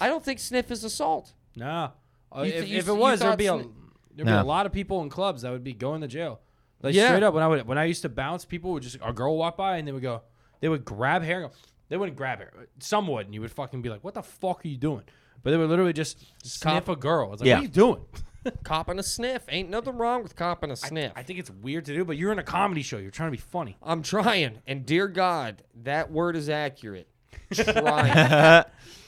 Speaker 3: I don't think sniff is assault.
Speaker 2: Nah. Uh,
Speaker 3: You
Speaker 2: if,
Speaker 3: th- you
Speaker 2: if it
Speaker 3: th- you
Speaker 2: was, there'd
Speaker 3: thought
Speaker 2: be a
Speaker 3: sni-
Speaker 2: there'd be
Speaker 1: Nah.
Speaker 2: a lot of people in clubs that would be going to jail. Like
Speaker 3: Yeah.
Speaker 2: straight up, when I would when I used to bounce, people would just a girl would walk by and they would go, they would grab hair. And go, they wouldn't grab hair. Some would, and you would fucking be like, "What the fuck are you doing?" But they would literally just sniff
Speaker 3: cop-
Speaker 2: a girl. It's like,
Speaker 1: Yeah.
Speaker 2: "What are you doing?"
Speaker 3: Copping a sniff ain't nothing wrong with copping a sniff.
Speaker 2: I think it's weird to do, but you're in a comedy show. You're trying to be funny.
Speaker 3: I'm trying, and dear God, that word is accurate. trying.
Speaker 2: Ah.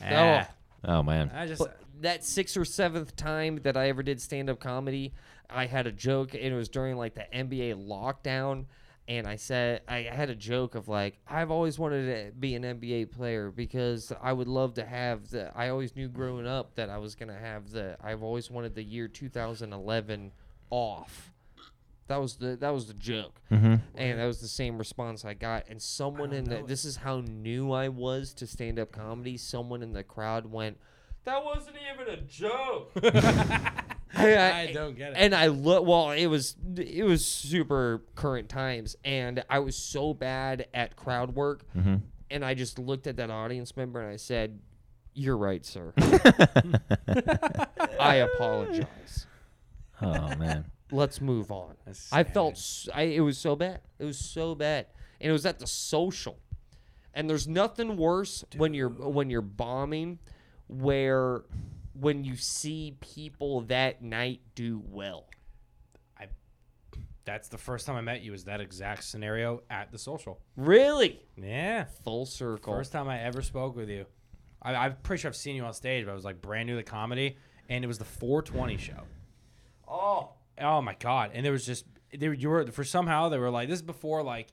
Speaker 3: Oh.
Speaker 1: Oh man.
Speaker 2: I just
Speaker 3: But that sixth or seventh time that I ever did stand up comedy, I had a joke, and it was during like the NBA lockdown. And I said, I had a joke of like, I've always wanted to be an NBA player because I would love to have the, I always knew growing up that I was going to have the, I've always wanted the year 2011 off. That was the that was the joke, and that was the same response I got. And someone in the this is how new I was to stand up comedy. Someone in the crowd went, "That wasn't even a joke."
Speaker 2: I don't get it.
Speaker 3: And I look well. It was it was super current times, and I was so bad at crowd work,
Speaker 2: Mm-hmm.
Speaker 3: and I just looked at that audience member and I said, "You're right, sir. I apologize."
Speaker 1: Oh man.
Speaker 3: let's move on.
Speaker 2: That's
Speaker 3: I felt s I it was so bad. It was so bad, and it was at the social. And there's nothing worse when you're when you're bombing, where when you see people that night do well.
Speaker 2: that's the first time I met you. Is that exact scenario at the social?
Speaker 3: Really,
Speaker 2: Yeah.
Speaker 3: full circle.
Speaker 2: First time I ever spoke with you. I, I'm pretty sure I've seen you on stage, but I was like brand new to comedy, and it was the 420 show.
Speaker 3: oh,
Speaker 2: Oh my god! And there was just there you were for somehow they were like this is before like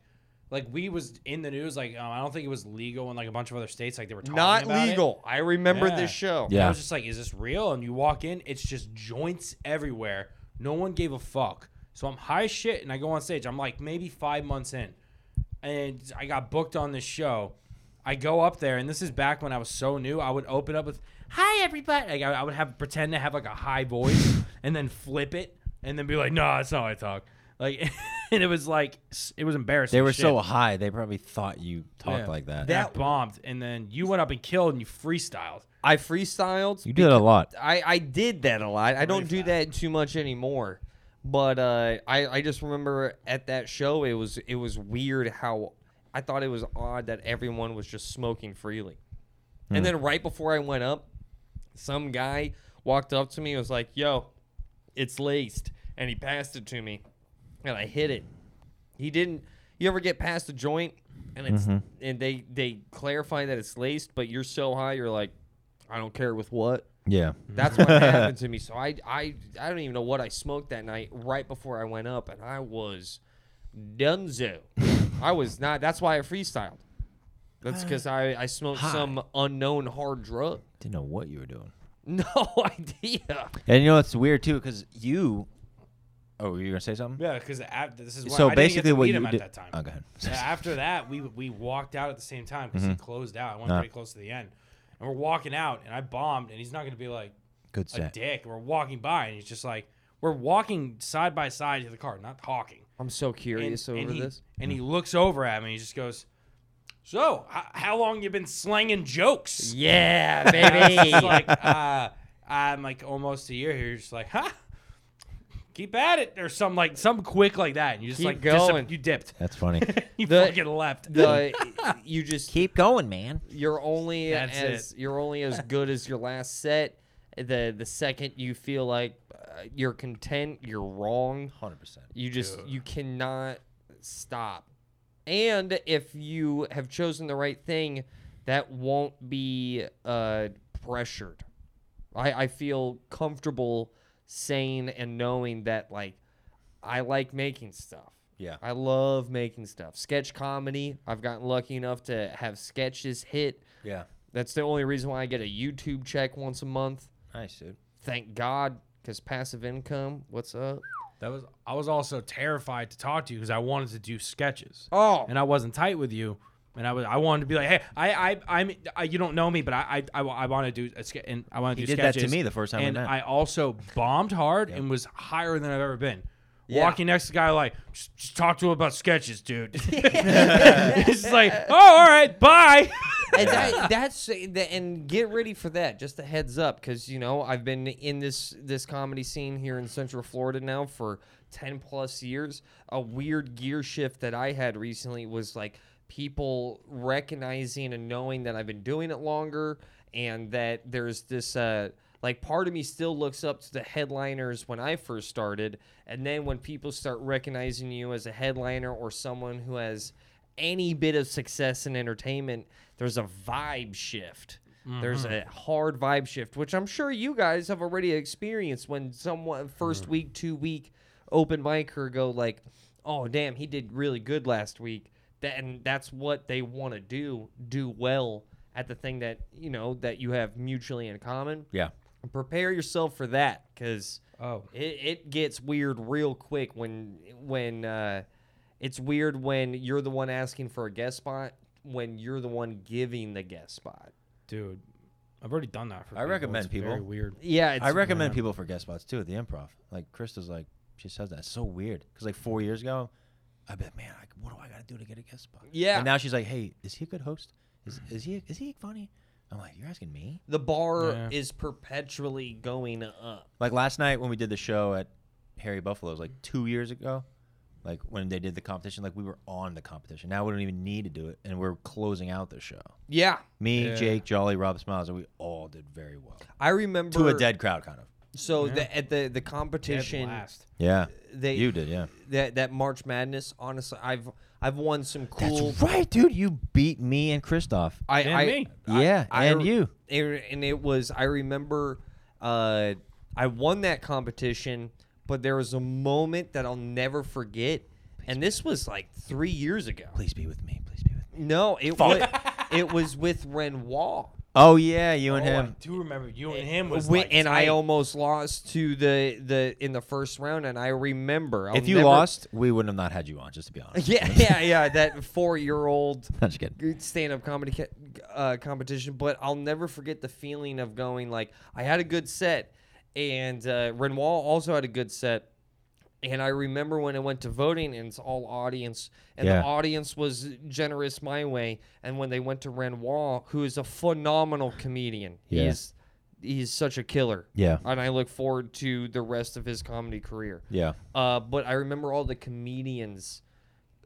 Speaker 2: like we was in the news like um, I don't think it was legal in like a bunch of other states like they were talking
Speaker 3: not
Speaker 2: about it.
Speaker 3: legal. I remember
Speaker 2: Yeah.
Speaker 3: this show.
Speaker 2: And I
Speaker 1: Yeah.
Speaker 2: was just like, is this real? And you walk in, it's just joints everywhere. No one gave a fuck. So I'm high as shit, and I go on stage. I'm like maybe five months in, and I got booked on this show. I go up there, and this is back when I was so new. I would open up with "Hi, everybody." Like, I, I would have pretend to have like a high voice, and then flip it, and then be like, "No, that's not how I talk." Like, and it was like s- it was embarrassing.
Speaker 1: They were
Speaker 2: as shit.
Speaker 1: so high, they probably thought you talked
Speaker 2: Yeah.
Speaker 1: like that.
Speaker 2: That bombed, and then you went up and killed, and you freestyled.
Speaker 3: I freestyled.
Speaker 1: you did a lot.
Speaker 3: I, I did that a lot. I don't do that too much anymore. But uh, I I just remember at that show it was it was weird how I thought it was odd that everyone was just smoking freely. And then right before I went up, some guy walked up to me and was like, "Yo, it's laced," and he passed it to me, and I hit it. He didn't. You ever get past a joint and it's and they they clarify that it's laced, but you're so high you're like, I don't care with what.
Speaker 1: Yeah.
Speaker 3: That's what happened to me. So I, I, I don't even know what I smoked that night right before I went up, and I was dunzo. I was not. That's why I freestyled. That's because I, I smoked some unknown hard drug.
Speaker 1: Didn't know what you were doing.
Speaker 3: No idea.
Speaker 1: And you know it's weird too, because you. Oh, you gonna say something?
Speaker 2: Yeah, because this is why
Speaker 1: so
Speaker 2: I
Speaker 1: basically,
Speaker 2: didn't
Speaker 1: what
Speaker 2: get to meet
Speaker 1: you
Speaker 2: him
Speaker 1: did.
Speaker 2: at that time.
Speaker 1: Oh, go ahead.
Speaker 2: Yeah, after that, we we walked out at the same time because he closed out. I went
Speaker 1: Ah.
Speaker 2: pretty close to the end, and we're walking out, and I bombed, and he's not gonna be like
Speaker 1: Good
Speaker 2: a
Speaker 1: set.
Speaker 2: dick. We're walking by, and he's just like, we're walking side by side to the car, not talking.
Speaker 3: I'm so
Speaker 2: And,
Speaker 3: curious
Speaker 2: and
Speaker 3: over
Speaker 2: he,
Speaker 3: this.
Speaker 2: and he looks over at me, and he just goes, "So, h- how long you been slanging jokes?"
Speaker 3: Yeah,
Speaker 2: And I was
Speaker 3: baby.
Speaker 2: just like, uh, I'm like almost a year here. You're just like, huh? Keep at it, or some like some quick like that, and you just
Speaker 3: Keep
Speaker 2: like disap-
Speaker 3: going.
Speaker 2: you dipped,
Speaker 1: That's funny.
Speaker 2: you
Speaker 3: The-
Speaker 2: fucking left.
Speaker 3: the, you just
Speaker 1: Keep going, man.
Speaker 3: you're only
Speaker 2: That's
Speaker 3: as you're only as good as your last set. The the second you feel like uh, you're content, you're wrong.
Speaker 1: Hundred percent.
Speaker 3: You just you cannot stop. And if you have chosen the right thing, that won't be uh, pressured. I, I feel comfortable saying and knowing that like I like making stuff.
Speaker 1: Yeah.
Speaker 3: I love making stuff. Sketch comedy. I've gotten lucky enough to have sketches hit.
Speaker 1: Yeah.
Speaker 3: That's the only reason why I get a YouTube check once a month.
Speaker 1: Nice, dude.
Speaker 3: Thank God, because passive income. What's up?
Speaker 2: That was I was also terrified to talk to you because I wanted to do sketches.
Speaker 3: Oh,
Speaker 2: and I wasn't tight with you, and I was I wanted to be like, hey, I I I'm I, you don't know me, but I I, I, want to do a ske- and I want to
Speaker 1: He
Speaker 2: do
Speaker 1: did that to
Speaker 2: sketches.
Speaker 1: me the first time we
Speaker 2: and
Speaker 1: met.
Speaker 2: I also bombed hard and was higher than I've ever been.
Speaker 3: Yeah.
Speaker 2: Walking next to the guy like, just, just talk to him about sketches, dude. It's just like, oh, all right, bye.
Speaker 3: and that, that's the- and get ready for that. Just a heads up, because you know I've been in this this comedy scene here in Central Florida now for ten plus years. A weird gear shift that I had recently was like people recognizing and knowing that I've been doing it longer, and that there's this. Uh, like part of me still looks up to the headliners when I first started, and then when people start recognizing you as a headliner or someone who has any bit of success in entertainment, there's a vibe shift. There's a hard vibe shift, which I'm sure you guys have already experienced when someone 1st week, two week open micer go like, "Oh damn, he did really good last week." That and that's what they want to do, do well at the thing that you know that you have mutually in common.
Speaker 1: Yeah.
Speaker 3: Prepare yourself for that because
Speaker 2: Oh,
Speaker 3: it, it gets weird real quick when when uh, it's weird when you're the one asking for a guest spot when you're the one giving the guest spot.
Speaker 2: dude, I've already done that for.
Speaker 1: I recommend
Speaker 2: It's Very
Speaker 1: people.
Speaker 2: weird.
Speaker 3: Yeah, it's,
Speaker 1: I recommend people for guest spots too at the improv. Like Krista's like she says that. It's so weird because like four years ago, I bet man, like, what do I gotta do to get a guest spot?
Speaker 3: Yeah.
Speaker 1: And now she's like, hey, is he a good host? Is is he is he funny? I'm like, you're asking me.
Speaker 3: the bar
Speaker 2: Yeah.
Speaker 3: is perpetually going up.
Speaker 1: Like last night when we did the show at Harry Buffalo's, like two years ago, like when they did the competition, like we were on the competition. Now we don't even need to do it, and we're closing out the show.
Speaker 3: Yeah,
Speaker 1: Me,
Speaker 2: Yeah.
Speaker 1: Jake, Jolly, Rob Smiles, and we all did very well
Speaker 3: I remember
Speaker 1: to a dead crowd, kind of.
Speaker 3: So the, at the the
Speaker 2: Dead
Speaker 3: competition,
Speaker 2: last.
Speaker 1: Yeah,
Speaker 3: they
Speaker 1: you did, yeah.
Speaker 3: that that March Madness. Honestly, I've I've won some
Speaker 1: That's
Speaker 3: cool.
Speaker 1: right, dude. You beat me and Kristoff.
Speaker 3: I,
Speaker 2: And
Speaker 3: I
Speaker 2: me.
Speaker 1: Yeah, and
Speaker 3: re-
Speaker 1: you.
Speaker 3: it- and it was I remember uh, I won that competition, but there was a moment that I'll never forget, and this was like three years ago.
Speaker 1: Please be with me. Please be with me.
Speaker 3: No, it was it was with Renoir.
Speaker 1: Oh yeah, you and
Speaker 2: Oh, I
Speaker 1: him.
Speaker 2: do remember you and him was
Speaker 3: Wi-
Speaker 2: like,
Speaker 3: and I
Speaker 2: tight.
Speaker 3: almost lost to the the in the first round, and I remember. I'll
Speaker 1: if you
Speaker 3: never-
Speaker 1: lost, we would have not had you on. Just to be honest.
Speaker 3: yeah, yeah, yeah, that four year old
Speaker 1: I'm just kidding.
Speaker 3: stand up comedy ca- uh, competition, but I'll never forget the feeling of going like I had a good set, and uh, Renoir also had a good set. And I remember when I went to voting, and it's all audience, and
Speaker 1: Yeah.
Speaker 3: the audience was generous my way. And when they went to Renoir, who is a phenomenal comedian,
Speaker 1: Yeah.
Speaker 3: he's he's such a killer.
Speaker 1: Yeah.
Speaker 3: and I look forward to the rest of his comedy career.
Speaker 1: Yeah.
Speaker 3: Uh, but I remember all the comedians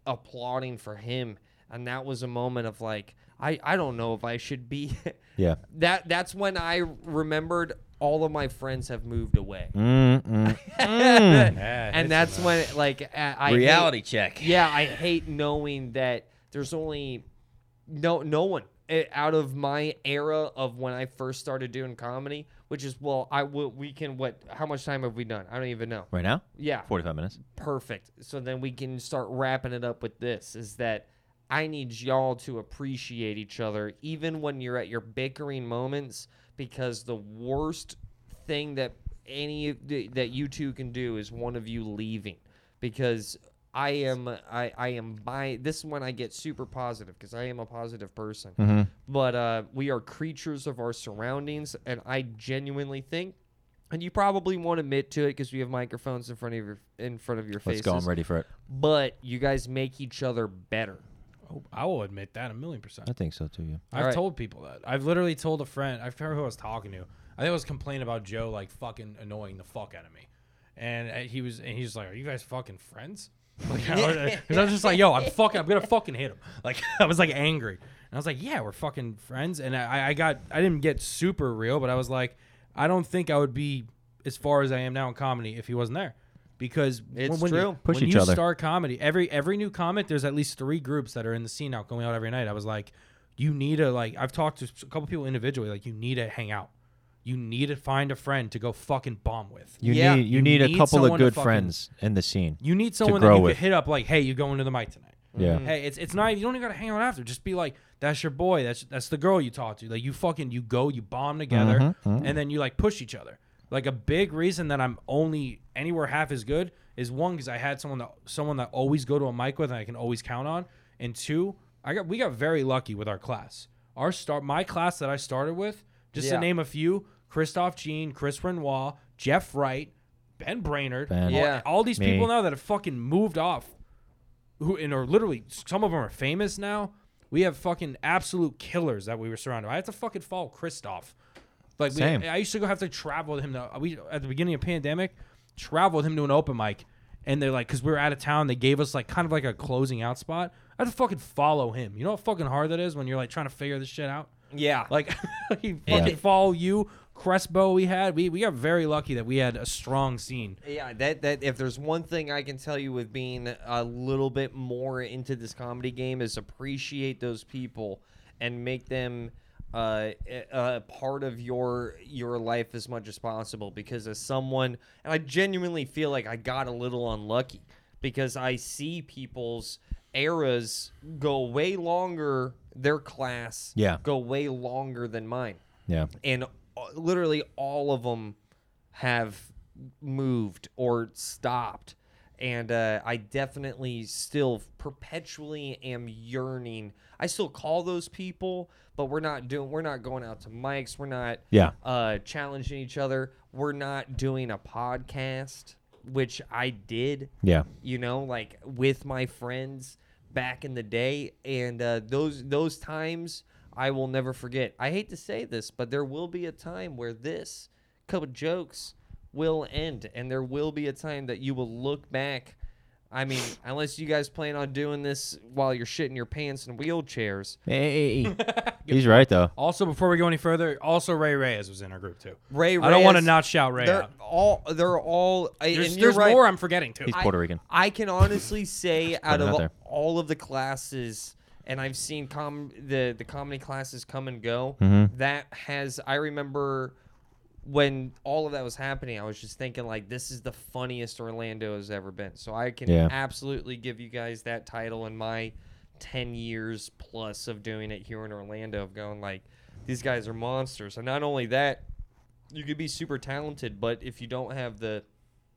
Speaker 3: applauding for him, and that was a moment of like, I, I don't know if I should be.
Speaker 1: Yeah.
Speaker 3: that that's when I remembered all of my friends have moved away,
Speaker 1: Mm-mm.
Speaker 2: Yeah,
Speaker 3: and
Speaker 2: it's
Speaker 3: that's
Speaker 2: a-
Speaker 3: when like a- I hate-
Speaker 1: Reality check.
Speaker 3: yeah, I hate knowing that there's only no no one eh, out of my era of when I first started doing comedy, which is well, I will we can what? How much time have we done? I don't even know.
Speaker 1: Right now,
Speaker 3: Yeah,
Speaker 1: 45 minutes.
Speaker 3: perfect. So then we can start wrapping it up with this is that I need y'all to appreciate each other even when you're at your bickering moments because the worst thing that any of the- that you two can do is one of you leaving because I am I I am by this is when I get super positive because I am a positive person. But uh we are creatures of our surroundings and I genuinely think and you probably won't admit to it because we have microphones in front of your in front of your
Speaker 1: Let's
Speaker 3: faces.
Speaker 1: go. I'm ready for it.
Speaker 3: But you guys make each other better.
Speaker 2: Oh, I will admit that a million percent.
Speaker 1: I think so too. Yeah.
Speaker 2: I've
Speaker 3: All right. told
Speaker 2: told people that. I've literally told a friend. I forget who I was talking to. I think I was complaining about Joe like fucking annoying the fuck out of me, and uh, he was and he's like, "Are you guys fucking friends?" Like, I was- uh, 'cause I was just like, "Yo, I'm fucking. I'm gonna fucking hit him." Like, I was like angry, and I was like, "Yeah, we're fucking friends." And I, I got, I didn't get super real, but I was like, I don't think I would be as far as I am now in comedy if he wasn't there, because
Speaker 3: It's
Speaker 2: when, when
Speaker 3: true.
Speaker 2: You,
Speaker 1: Push
Speaker 2: when
Speaker 1: each
Speaker 2: you
Speaker 1: other.
Speaker 2: start comedy, every every new comic, there's at least three groups that are in the scene now going out every night. I was like, you need to like. I've talked to a couple people individually. Like, you need to hang out. You need to find a friend to go fucking bomb with.
Speaker 1: You
Speaker 3: Yeah.
Speaker 1: need you,
Speaker 2: You
Speaker 1: need, a
Speaker 2: need
Speaker 1: couple of
Speaker 2: someone to
Speaker 1: good
Speaker 2: fucking-
Speaker 1: friends in the scene.
Speaker 2: You need someone
Speaker 1: grow
Speaker 2: that you
Speaker 1: with.
Speaker 2: can hit up. Like, hey, you going to the mic tonight?
Speaker 3: Mm-hmm.
Speaker 1: yeah.
Speaker 2: Hey, it's it's not. You don't even gotta hang out after. Just be like, that's your boy. That's that's the girl you talk to. Like you fucking you go, you bomb together,
Speaker 1: Mm-hmm,
Speaker 2: and then you like push each other. Like a big reason that I'm only anywhere half as good is one because I had someone that someone that always go to a mic with and I can always count on, and two, I got we got very lucky with our class. Our start my class that I started with, just
Speaker 3: Yeah.
Speaker 2: to name a few: Christoph Jean, Chris Renoir, Jeff Wright, Ben Brainerd.
Speaker 1: Ben.
Speaker 2: all-
Speaker 3: Yeah.
Speaker 2: all these
Speaker 1: Me.
Speaker 2: people now that have fucking moved off who and are literally some of them are famous now. We have fucking absolute killers that we were surrounded. by. I have to fucking follow Kristoff. Like we,
Speaker 1: Same.
Speaker 2: I used to go have to travel with him. To, we at the beginning of pandemic, travel with him to an open mic, and they're like, because we were out of town, they gave us like kind of like a closing out spot. I had to fucking follow him. You know how fucking hard that is when you're like trying to figure this shit out.
Speaker 3: Yeah.
Speaker 2: Like he fucking follow you. Crespo, we had we we got very lucky that we had a strong scene.
Speaker 3: Yeah, that that if there's one thing I can tell you with being a little bit more into this comedy game is appreciate those people and make them uh, a, a part of your your life as much as possible. Because as someone, and I genuinely feel like I got a little unlucky because I see people's eras go way longer, their class
Speaker 1: Yeah.
Speaker 3: go way longer than mine
Speaker 1: Yeah.
Speaker 3: and uh, literally all of them have moved or stopped and uh, i definitely still perpetually am yearning i still call those people but we're not doing we're not going out to mics we're not
Speaker 1: Yeah.
Speaker 3: uh, challenging each other we're not doing a podcast which i did
Speaker 1: Yeah.
Speaker 3: you know, like with my friends back in the day, and uh, those those times I will never forget. I hate to say this, but there will be a time where this couple jokes will end, and there will be a time that you will look back. I mean, unless you guys plan on doing this while you're shitting your pants in wheelchairs,
Speaker 1: Hey. He's right though.
Speaker 2: Also, before we go any further, also Ray Reyes was in our group too.
Speaker 3: Ray.
Speaker 2: I don't want to
Speaker 3: Reyes,
Speaker 2: not shout Ray
Speaker 3: They're
Speaker 2: out.
Speaker 3: all. They're all. I-
Speaker 2: There's,
Speaker 3: and you're
Speaker 2: there's
Speaker 3: right.
Speaker 2: more I'm forgetting too.
Speaker 1: He's Puerto Rican.
Speaker 3: I can honestly say out
Speaker 1: it
Speaker 3: of
Speaker 1: out there.
Speaker 3: all of the classes, and I've seen com the the comedy classes come and go.
Speaker 1: Mm-hmm.
Speaker 3: That has I remember when all of that was happening, I was just thinking like, this is the funniest Orlando has ever been. So I can
Speaker 1: Yeah.
Speaker 3: absolutely give you guys that title in my ten years plus of doing it here in Orlando of going like. these guys are monsters. And not only that, you could be super talented, but if you don't have the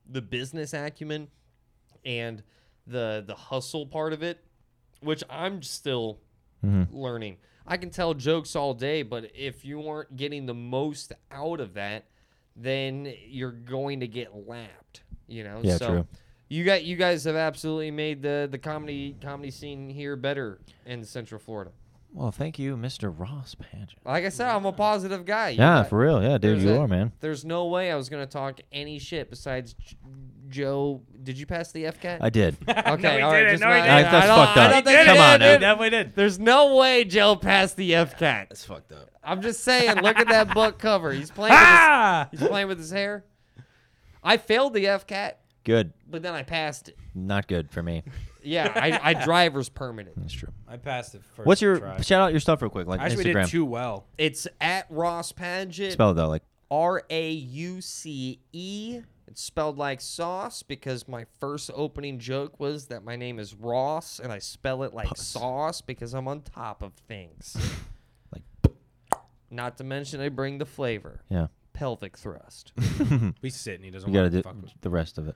Speaker 3: the business acumen and the the hustle part of it, which I'm still
Speaker 1: Mm-hmm.
Speaker 3: learning. I can tell jokes all day, but if you aren't getting the most out of that, then you're going to get lapped. You know.
Speaker 1: Yeah,
Speaker 3: so
Speaker 1: true.
Speaker 3: You got you guys have absolutely made the the comedy comedy scene here better in Central Florida.
Speaker 1: Well, thank you, Mr. Ross Pageant.
Speaker 3: Like I said, I'm a positive guy. You
Speaker 1: Yeah,
Speaker 3: got-
Speaker 1: for real. Yeah, dude,
Speaker 3: there's
Speaker 1: you
Speaker 3: a-
Speaker 1: are, man.
Speaker 3: There's no way I was gonna talk any shit besides J- Joe. Did you pass the F cat?
Speaker 1: I did. All
Speaker 3: Okay,
Speaker 2: he
Speaker 3: all right,
Speaker 2: didn't.
Speaker 3: just
Speaker 2: No, he
Speaker 3: not-
Speaker 2: didn't.
Speaker 3: I
Speaker 1: That's
Speaker 3: don't-
Speaker 1: fucked
Speaker 3: I
Speaker 1: up.
Speaker 3: don't think
Speaker 1: He
Speaker 3: he
Speaker 1: Come on
Speaker 3: did,
Speaker 1: now.
Speaker 3: dude.
Speaker 2: definitely did.
Speaker 3: There's no way Joe passed the F cat.
Speaker 2: That's fucked up.
Speaker 3: I'm just saying. Look at that book cover. He's playing. With his,
Speaker 2: Ah!
Speaker 3: he's playing with his hair. I failed the F cat,
Speaker 1: good.
Speaker 3: but then I passed it.
Speaker 1: Not good for me.
Speaker 3: Yeah, I, I driver's permanent.
Speaker 1: That's true.
Speaker 2: I passed it first.
Speaker 1: What's your
Speaker 2: try.
Speaker 1: shout out your stuff real quick, like
Speaker 2: Actually, we
Speaker 1: Instagram.
Speaker 2: did too well.
Speaker 3: It's at Ross Paget.
Speaker 1: Spell it though, like
Speaker 3: R A U C E. It's spelled like sauce because my first opening joke was that my name is Ross and I spell it like sauce because I'm on top of things.
Speaker 1: Like-
Speaker 3: not to mention I bring the flavor.
Speaker 1: yeah.
Speaker 3: Pelvic thrust.
Speaker 2: We sit and he doesn't
Speaker 1: You gotta
Speaker 2: want
Speaker 1: do
Speaker 2: to fuck with
Speaker 1: the rest of it.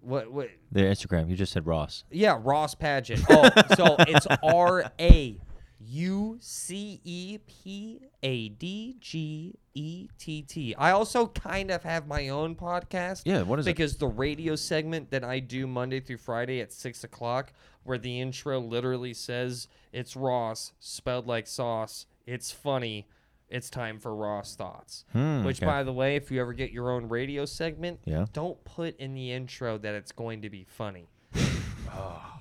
Speaker 3: what what
Speaker 1: Their Instagram. You just said Ross.
Speaker 3: yeah, Ross Paget. Oh, so it's R A U C E P A D G E T T. I also kind of have my own podcast.
Speaker 1: Yeah, what is it?
Speaker 3: because the radio segment that I do Monday through Friday at six o'clock, where the intro literally says it's Ross spelled like sauce. It's funny. It's time for Ross thoughts.
Speaker 1: Hmm,
Speaker 3: Which,
Speaker 1: okay.
Speaker 3: by the way, if you ever get your own radio segment,
Speaker 1: Yeah.
Speaker 3: don't put in the intro that it's going to be funny.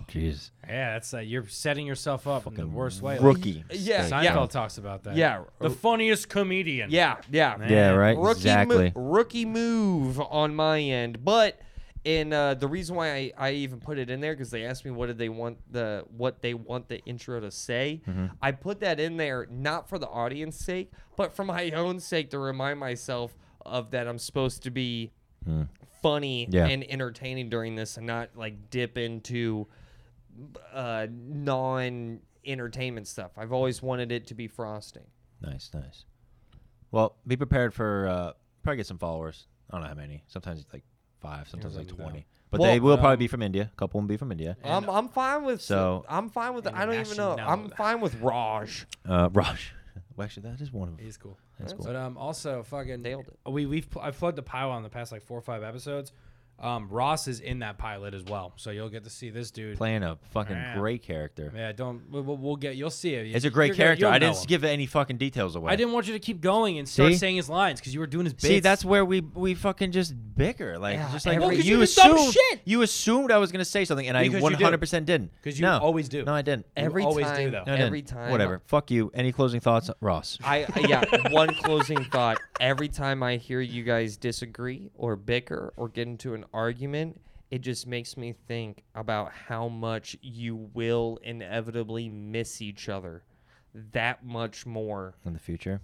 Speaker 1: Jeez.
Speaker 2: Yeah, that's uh, you're setting yourself up in the worst way.
Speaker 1: Rookie.
Speaker 3: Yeah,
Speaker 2: Seinfeld
Speaker 3: yeah,
Speaker 2: talks about that.
Speaker 3: Yeah.
Speaker 2: the funniest comedian.
Speaker 3: yeah, yeah.
Speaker 1: Yeah, right.
Speaker 3: Rookie
Speaker 1: exactly.
Speaker 3: Mo- rookie move on my end, but and uh, the reason why I, I even put it in there because they asked me what did they want the what they want the intro to say.
Speaker 1: Mm-hmm.
Speaker 3: I put that in there not for the audience sake, but for my own sake to remind myself of that I'm supposed to be funny
Speaker 1: Hmm. Yeah.
Speaker 3: and entertaining during this and not like dip into uh, non entertainment stuff. I've always wanted it to be frosting.
Speaker 1: Nice, nice. Well, be prepared for uh, probably get some followers. I don't know how many. Sometimes it's like five. Sometimes like
Speaker 2: doesn't know.
Speaker 1: twenty. But
Speaker 3: Well,
Speaker 1: they will
Speaker 2: um,
Speaker 1: probably be from India. A couple will be from India.
Speaker 3: I'm, I'm fine with
Speaker 1: So-
Speaker 3: I'm fine with
Speaker 2: and
Speaker 3: I don't even know I'm
Speaker 2: national.
Speaker 3: fine with Raj.
Speaker 1: Uh, Raj. Well, actually, that is one of them.
Speaker 2: he's cool.
Speaker 1: That's cool.
Speaker 2: But um, also fucking
Speaker 3: Nailed it.
Speaker 2: We we've pl- I've plugged the pilot in the past like four or five episodes. Um, Ross is in that pilot as well, so you'll get to see this dude.
Speaker 1: Playing a fucking
Speaker 2: Yeah.
Speaker 1: great character.
Speaker 2: yeah, don't we'll, we'll get you'll see it.
Speaker 1: It's a great
Speaker 2: You're gonna-
Speaker 1: character.
Speaker 2: you'll
Speaker 1: I
Speaker 2: know
Speaker 1: didn't
Speaker 2: him.
Speaker 1: give any fucking details away.
Speaker 2: I didn't want you to keep going and start
Speaker 1: See?
Speaker 2: saying his lines because you were doing his bits.
Speaker 1: See, that's where we we fucking just bicker, like
Speaker 3: Yeah,
Speaker 1: just like
Speaker 3: Well,
Speaker 2: 'cause
Speaker 1: you,
Speaker 2: you did dumb
Speaker 1: assumed
Speaker 2: shit.
Speaker 1: you assumed I was gonna say something, and
Speaker 2: Because
Speaker 1: I
Speaker 2: you do.
Speaker 1: 100 percent didn't.
Speaker 2: 'Cause you
Speaker 1: no.
Speaker 2: always do.
Speaker 1: No, I didn't.
Speaker 2: You
Speaker 3: Every
Speaker 2: always do,
Speaker 3: time,
Speaker 2: though.
Speaker 1: No, I
Speaker 3: every
Speaker 1: didn't.
Speaker 3: time,
Speaker 1: Whatever. Fuck you. Any closing thoughts, Ross?
Speaker 3: I I- yeah. one closing thought. Every time I hear you guys disagree or bicker or get into an argument, it just makes me think about how much you will inevitably miss each other. That much more
Speaker 1: In the future,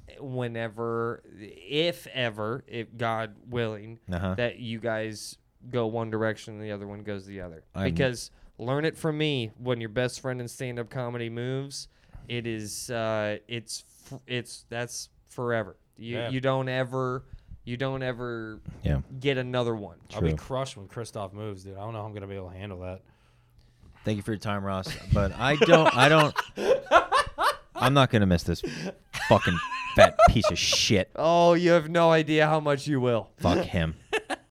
Speaker 3: whenever, if ever, if God willing,
Speaker 1: Uh-huh.
Speaker 3: that you guys go one direction and the other one goes the other.
Speaker 1: I'm-
Speaker 3: because learn it from me. When your best friend in stand-up comedy moves, it is, uh, it's, f- it's that's forever. You
Speaker 2: Yeah.
Speaker 3: you don't ever, you don't ever
Speaker 1: yeah.
Speaker 3: get another one.
Speaker 2: I'll be
Speaker 1: True.
Speaker 2: crushed when Kristoff moves, dude. I don't know how I'm gonna be able to handle that.
Speaker 1: Thank you for your time, Ross. But I don't. I don't. I'm not gonna miss this fucking fat piece of shit.
Speaker 3: Oh, you have no idea how much you will.
Speaker 1: Fuck him.